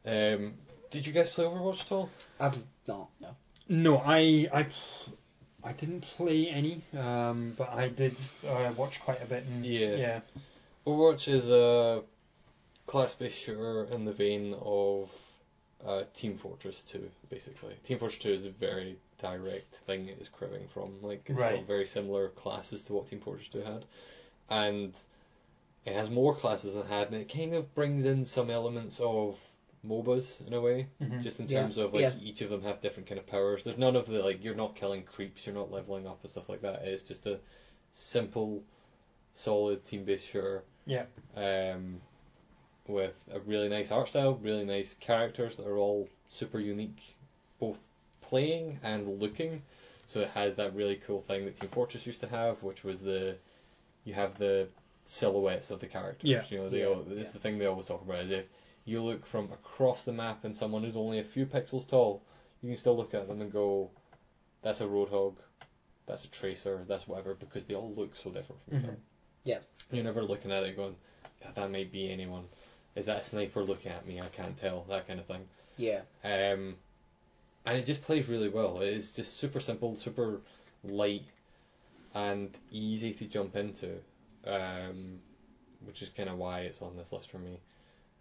Um, did you guys play Overwatch at all? I've not. No. No, I I pl- I didn't play any, um, but I did uh, watch quite a bit. And, Yeah. Yeah. Overwatch is a class-based shooter in the vein of uh, Team Fortress 2, basically. Team Fortress 2 is a very direct thing it is cribbing from. Like it's Right. got very similar classes to what Team Fortress 2 had, and it has more classes than it had, and it kind of brings in some elements of MOBAs in a way. Mhm. just in Yeah, terms of like yeah. each of them have different kind of powers. There's none of the like you're not killing creeps, you're not leveling up and stuff like that. It's just a simple, solid team-based shooter. Yeah. Um, with a really nice art style, really nice characters that are all super unique, both playing and looking. So it has that really cool thing that Team Fortress used to have, which was the you have the silhouettes of the characters. Yeah. You know, they Yeah, all, this is yeah. the thing they always talk about is if you look from across the map and someone who's only a few pixels tall, you can still look at them and go, that's a Roadhog, that's a Tracer, that's whatever, because they all look so different from each Mhm. other. Mm-hmm. Yeah. You're never looking at it going, "God, that might be anyone. Is that a sniper looking at me? I can't tell, that kind of thing. Yeah. Um, and it just plays really well. It is just super simple, super light, and easy to jump into, um, which is kind of why it's on this list for me.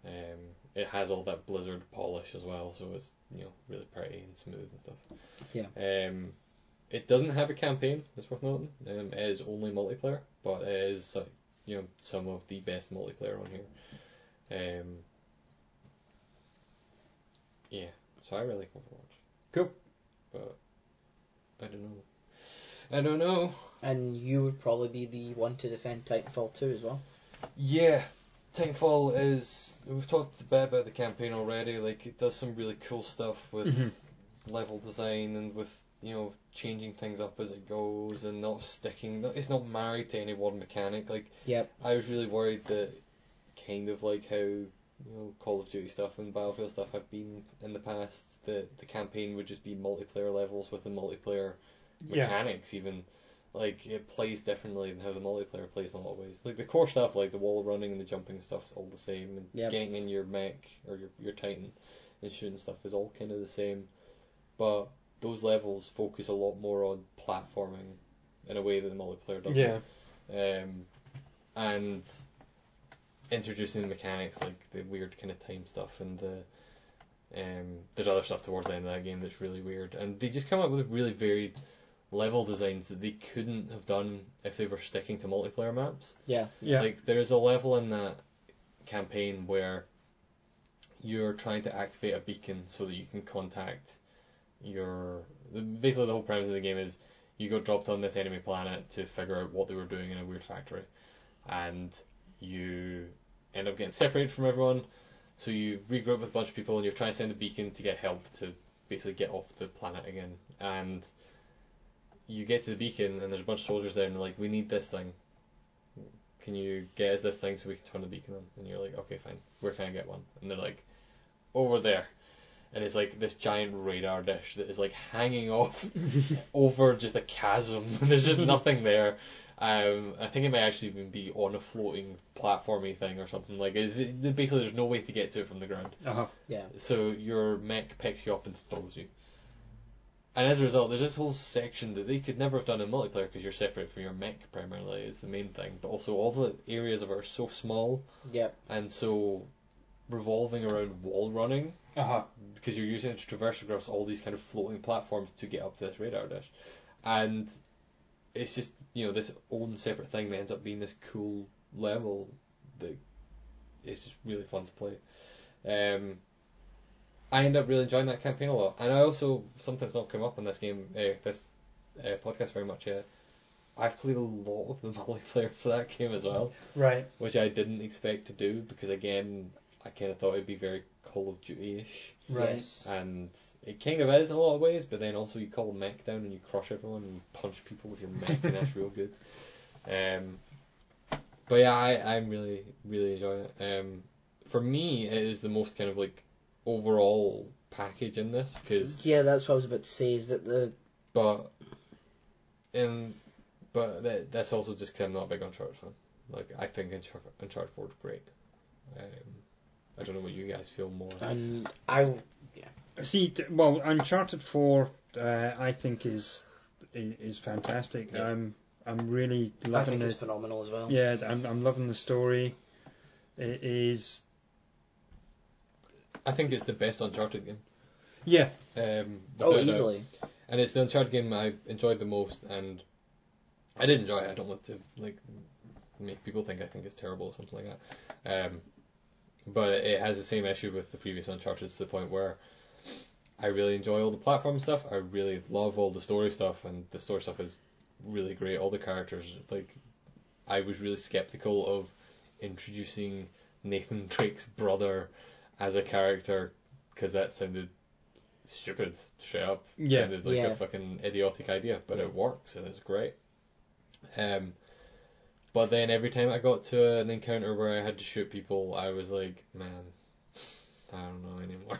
Um, it has all that Blizzard polish as well, so it's you know really pretty and smooth and stuff. Yeah. Um, it doesn't have a campaign. It's worth noting. Um, it is only multiplayer, but it is uh, you know some of the best multiplayer on here. Um, yeah, so I really like Overwatch. Cool. But I don't know. I don't know. And you would probably be the one to defend Titanfall 2 as well. Yeah, Titanfall is. We've talked a bit about the campaign already. Like it does some really cool stuff with level design and with you know changing things up as it goes and not sticking. It's not married to any one mechanic. Like Yep. I was really worried that kind of like how you know Call of Duty stuff and Battlefield stuff have been in the past that the campaign would just be multiplayer levels with the multiplayer Yeah. mechanics even like it plays differently than how the multiplayer plays in a lot of ways. Like the core stuff, like the wall running and the jumping stuff's all the same, and Yep. getting in your mech or your your titan and shooting stuff is all kind of the same, but those levels focus a lot more on platforming in a way that the multiplayer doesn't Yeah. um, and introducing the mechanics like the weird kind of time stuff and the um, there's other stuff towards the end of that game that's really weird and they just come up with really varied level designs that they couldn't have done if they were sticking to multiplayer maps Yeah. Yeah. like there's a level in that campaign where you're trying to activate a beacon so that you can contact your the- basically the whole premise of the game is you got dropped on this enemy planet to figure out what they were doing in a weird factory and you end up getting separated from everyone so you regroup with a bunch of people and you're trying to send a beacon to get help to basically get off the planet again and you get to the beacon and there's a bunch of soldiers there and they're like we need this thing can you get us this thing so we can turn the beacon on? And you're like, okay, fine. Where can I get one? And they're like, over there. And it's like this giant radar dish that is like hanging off over just a chasm. There's just nothing there. Um, I think it might actually even be on a floating platformy thing or something. Like, is it, basically there's no way to get to it from the ground. Uh-huh. Yeah. So your mech picks you up and throws you. And as a result, there's this whole section that they could never have done in multiplayer because you're separate from your mech primarily is the main thing. But also all the areas of it are so small Yep. and so revolving around wall running Uh-huh. because you're using it to traverse across all these kind of floating platforms to get up to this radar dish, and it's just you know this own separate thing that ends up being this cool level that is just really fun to play. Um, I end up really enjoying that campaign a lot, and I also sometimes not come up on this game, uh, this uh, podcast very much yet. I've played a lot of the multiplayer for that game as well Right. which I didn't expect to do because again, I kind of thought it'd be very Call of Duty ish, Right. Yes. and it kind of is in a lot of ways. But then also you call mech down and you crush everyone and you punch people with your mech, and that's real good. Um, but yeah, I, I'm really really enjoying it. Um, for me, it is the most kind of like overall package in this because Yeah, that's what I was about to say. Is that the but and but that, that's also just 'cause I'm not a big Uncharted fan. Like I think Uncharted, Uncharted Four is great. Um, I don't know what you guys feel more. and I See, t- well, Uncharted Four, uh, I think is i- is fantastic. Yeah. I'm I'm really I loving think it's it. phenomenal as well. Yeah, I'm I'm loving the story. It is. I think it's the best Uncharted game. Yeah, Um, Oh, without a doubt. easily. And it's the Uncharted game I enjoyed the most, and I did enjoy it. I don't want to like make people think I think it's terrible or something like that. Um, but it, it has the same issue with the previous Uncharted to the point where I really enjoy all the platform stuff. I really love all the story stuff, and the story stuff is really great. All the characters, like, I was really skeptical of introducing Nathan Drake's brother as a character because that sounded stupid, straight up. Yeah. sounded like Yeah. a fucking idiotic idea, but it works and it's great. Um, but then every time I got to an encounter where I had to shoot people, I was like, man, I don't know anymore.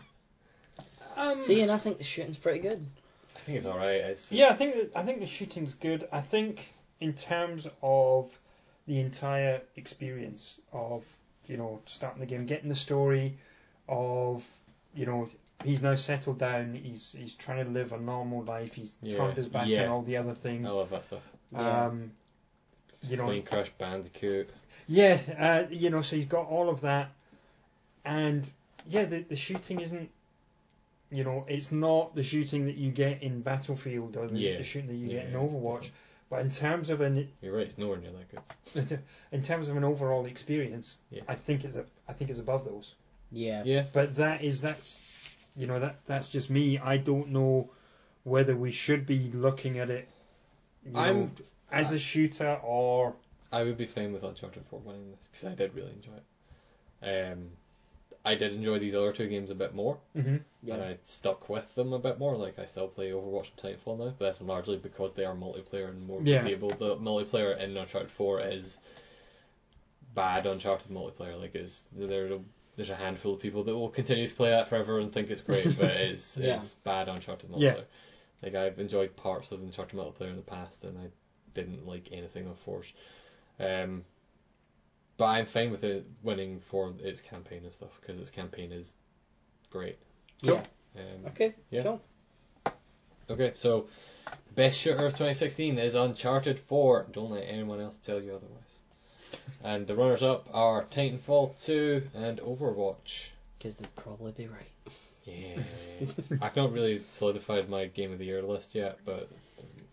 um, See, and I think the shooting's pretty good. I think it's alright. It's yeah. I think that, I think the shooting's good. I think in terms of the entire experience of you know starting the game, getting the story of you know he's now settled down. He's he's trying to live a normal life. He's Yeah, turned his back yeah. on all the other things. I love that stuff. Yeah. Um, you know, Playing Crash Bandicoot. yeah, uh, you know, so he's got all of that, and yeah, the the shooting isn't, you know, it's not the shooting that you get in Battlefield or the, Yeah. the shooting that you get in Yeah. Overwatch, But in terms of an You're right. It's nowhere near that good. in terms of an overall experience, Yeah. I think it's a, I think it's above those. Yeah. Yeah. But that is that's you know that that's just me. I don't know whether we should be looking at it you know, I'm- as a shooter or I would be fine with Uncharted 4 winning this because I did really enjoy it. Um, I did enjoy these other two games a bit more, mm-hmm, Yeah. and I stuck with them a bit more. Like I still play Overwatch and Titanfall now, but that's largely because they are multiplayer and more Yeah. playable. The multiplayer in Uncharted 4 is bad Uncharted multiplayer. Like is there a- there's a handful of people that will continue to play that forever and think it's great, but it's Yeah. it's bad Uncharted multiplayer. Yeah. Like I've enjoyed parts of Uncharted multiplayer in the past, and I didn't like anything of Force. Um, but I'm fine with it winning for its campaign and stuff because its campaign is great. Yeah. Um, Okay. Yeah. Cool. Okay, so best shooter of 2016 is Uncharted 4. Don't let anyone else tell you otherwise. And the runners up are Titanfall 2 and Overwatch. Because they'd probably be right. Yeah. I've not really solidified my game of the year list yet, but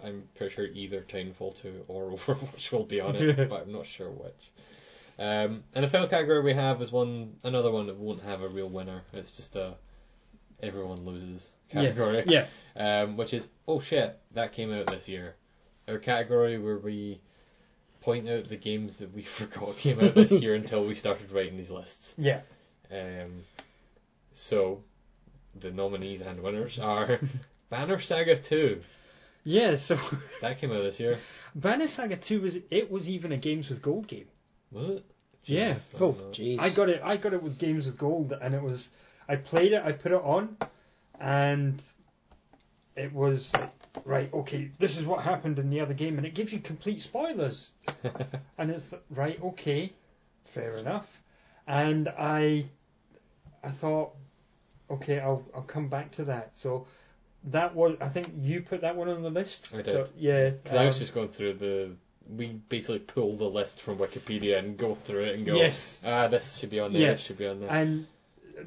I'm pretty sure either Titanfall 2 or Overwatch will be on it, but I'm not sure which. Um, and the final category we have is one another one that won't have a real winner. It's just a everyone loses Yeah. category yeah um, which is oh shit that came out this year. Our category where we point out the games that we forgot came out this year until we started writing these lists. yeah Um, so the nominees and winners are Banner Saga Two yeah. So that came out this year, Banner Saga Two was it was even a Games with Gold game. was it? Yeah. Jesus, I Oh, don't know. jeez. I got it. I got it with Games with Gold, and it was. I played it. I put it on, and it was like, right. Okay, this is what happened in the other game, and it gives you complete spoilers. and it's like, right. Okay, fair enough. And I, I thought, okay, I'll I'll come back to that. So that was. I think you put that one on the list. I did. So, yeah. 'Cause I was um, just going through the. We basically pull the list from Wikipedia and go through it and go, Yes. ah, this should be on there, Yeah. this should be on there. And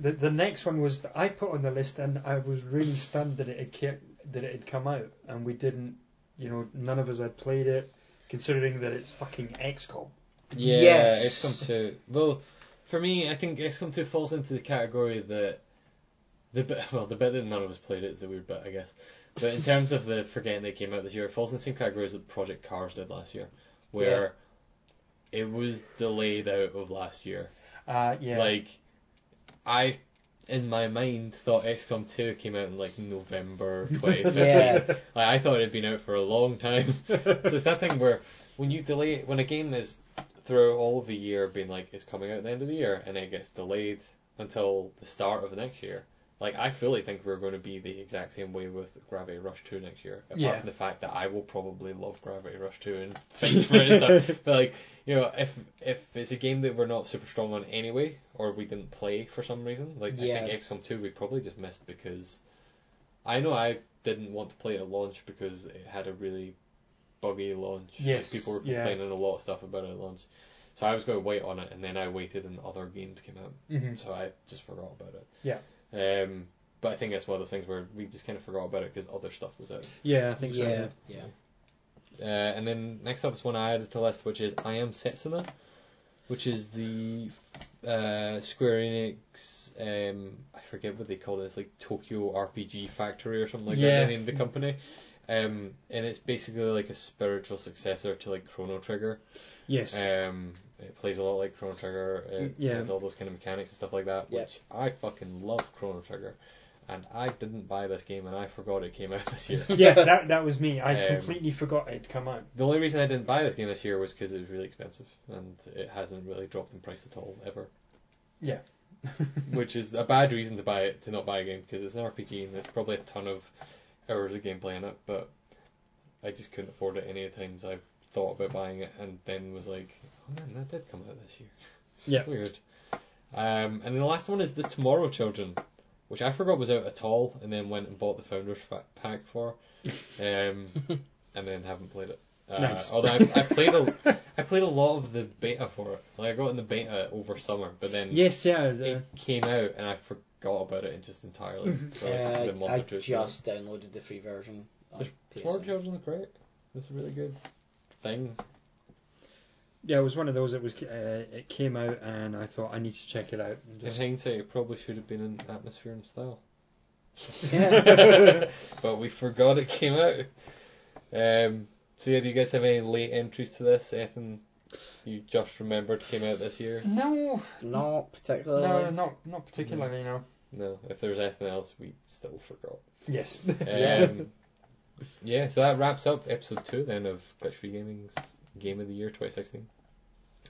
the the next one was that I put on the list, and I was really stunned that it had kept, that it had come out, and we didn't, you know, none of us had played it, considering that it's fucking XCOM. Yeah, Yes. XCOM 2. Well, for me, I think XCOM 2 falls into the category that the bit, well, the bit that none of us played it is the weird bit, I guess. But in terms of the forgetting that came out this year, it falls in the same category as Project Cars did last year, where it was delayed out of last year. Uh, yeah, Like, I, in my mind, thought XCOM 2 came out in like November 2015. Yeah. Like, I thought it had been out for a long time. so it's that thing where when you delay when a game is throughout all of the year being like it's coming out at the end of the year and it gets delayed until the start of the next year. Like I fully think we're going to be the exact same way with Gravity Rush 2 next year. Apart Yeah. from the fact that I will probably love Gravity Rush 2 and fight for it and stuff. But like, you know, if if it's a game that we're not super strong on anyway, or we didn't play for some reason, like I Yeah. think XCOM 2 we probably just missed because I know I didn't want to play it at launch because it had a really buggy launch. Like, Yes, people were yeah. complaining a lot of stuff about it at launch. So I was going to wait on it, and then I waited, and other games came out. Mhm. So I just forgot about it. Yeah. Um, but I think that's one of those things where we just kind of forgot about it because other stuff was out. yeah, I think yeah. so. Yeah. Uh, and then next up is one I added to the list, which is I Am Setsuna, which is the uh, Square Enix. Um, I forget what they call it. It's like Tokyo RPG Factory or something like that. Yeah. The name of the company. Um, and it's basically like a spiritual successor to like Chrono Trigger. Yes, Um, it plays a lot like Chrono Trigger. It Yeah. has all those kind of mechanics and stuff like that, Yeah. which I fucking love Chrono Trigger. And I didn't buy this game, and I forgot it came out this year. yeah, that that was me. I Um, completely forgot it had come out. The only reason I didn't buy this game this year was because it was really expensive, and it hasn't really dropped in price at all ever. Yeah. which is a bad reason to buy it to not buy a game because it's an RPG and there's probably a ton of hours of gameplay in it, but I just couldn't afford it any of the times I thought about buying it, and then was like, oh man, that did come out this year. Yeah. Weird. Um, and then the last one is The Tomorrow Children, which I forgot was out at all, and then went and bought the Founders fa- Pack for, um, and then haven't played it. Uh, Nice. Although I, I played a, I played a lot of the beta for it. Like I got in the beta over summer, but then Yes, yeah, it the, came out and I forgot about it just Mm-hmm. entirely. So I think Uh, the month I or two ago. just downloaded the free version. on Tomorrow PSN. Children's great. It's a really good thing. Yeah, it was one of those that was uh, it came out and I thought I need to check it out. And In just, hindsight, it probably should have been in atmosphere and style, Yeah. but we forgot it came out. Um, so yeah, do you guys have any late entries to this? Anything you just remembered came out this year? no, Not particularly. no, not not particularly. No. No. If there's anything else, we still forgot. Yes. Yeah. Um, yeah, so that wraps up episode two then of Glitch Gaming's Game of the Year 2016.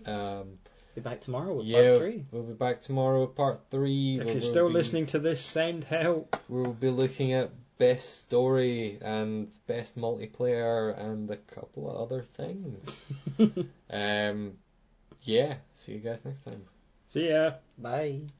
Um, Be back tomorrow with yeah, part three. we'll be back tomorrow with part three. if where you're we'll still be- listening to this, send help. we'll be looking at best story and best multiplayer and a couple of other things. um, yeah, see you guys next time. See ya. Bye.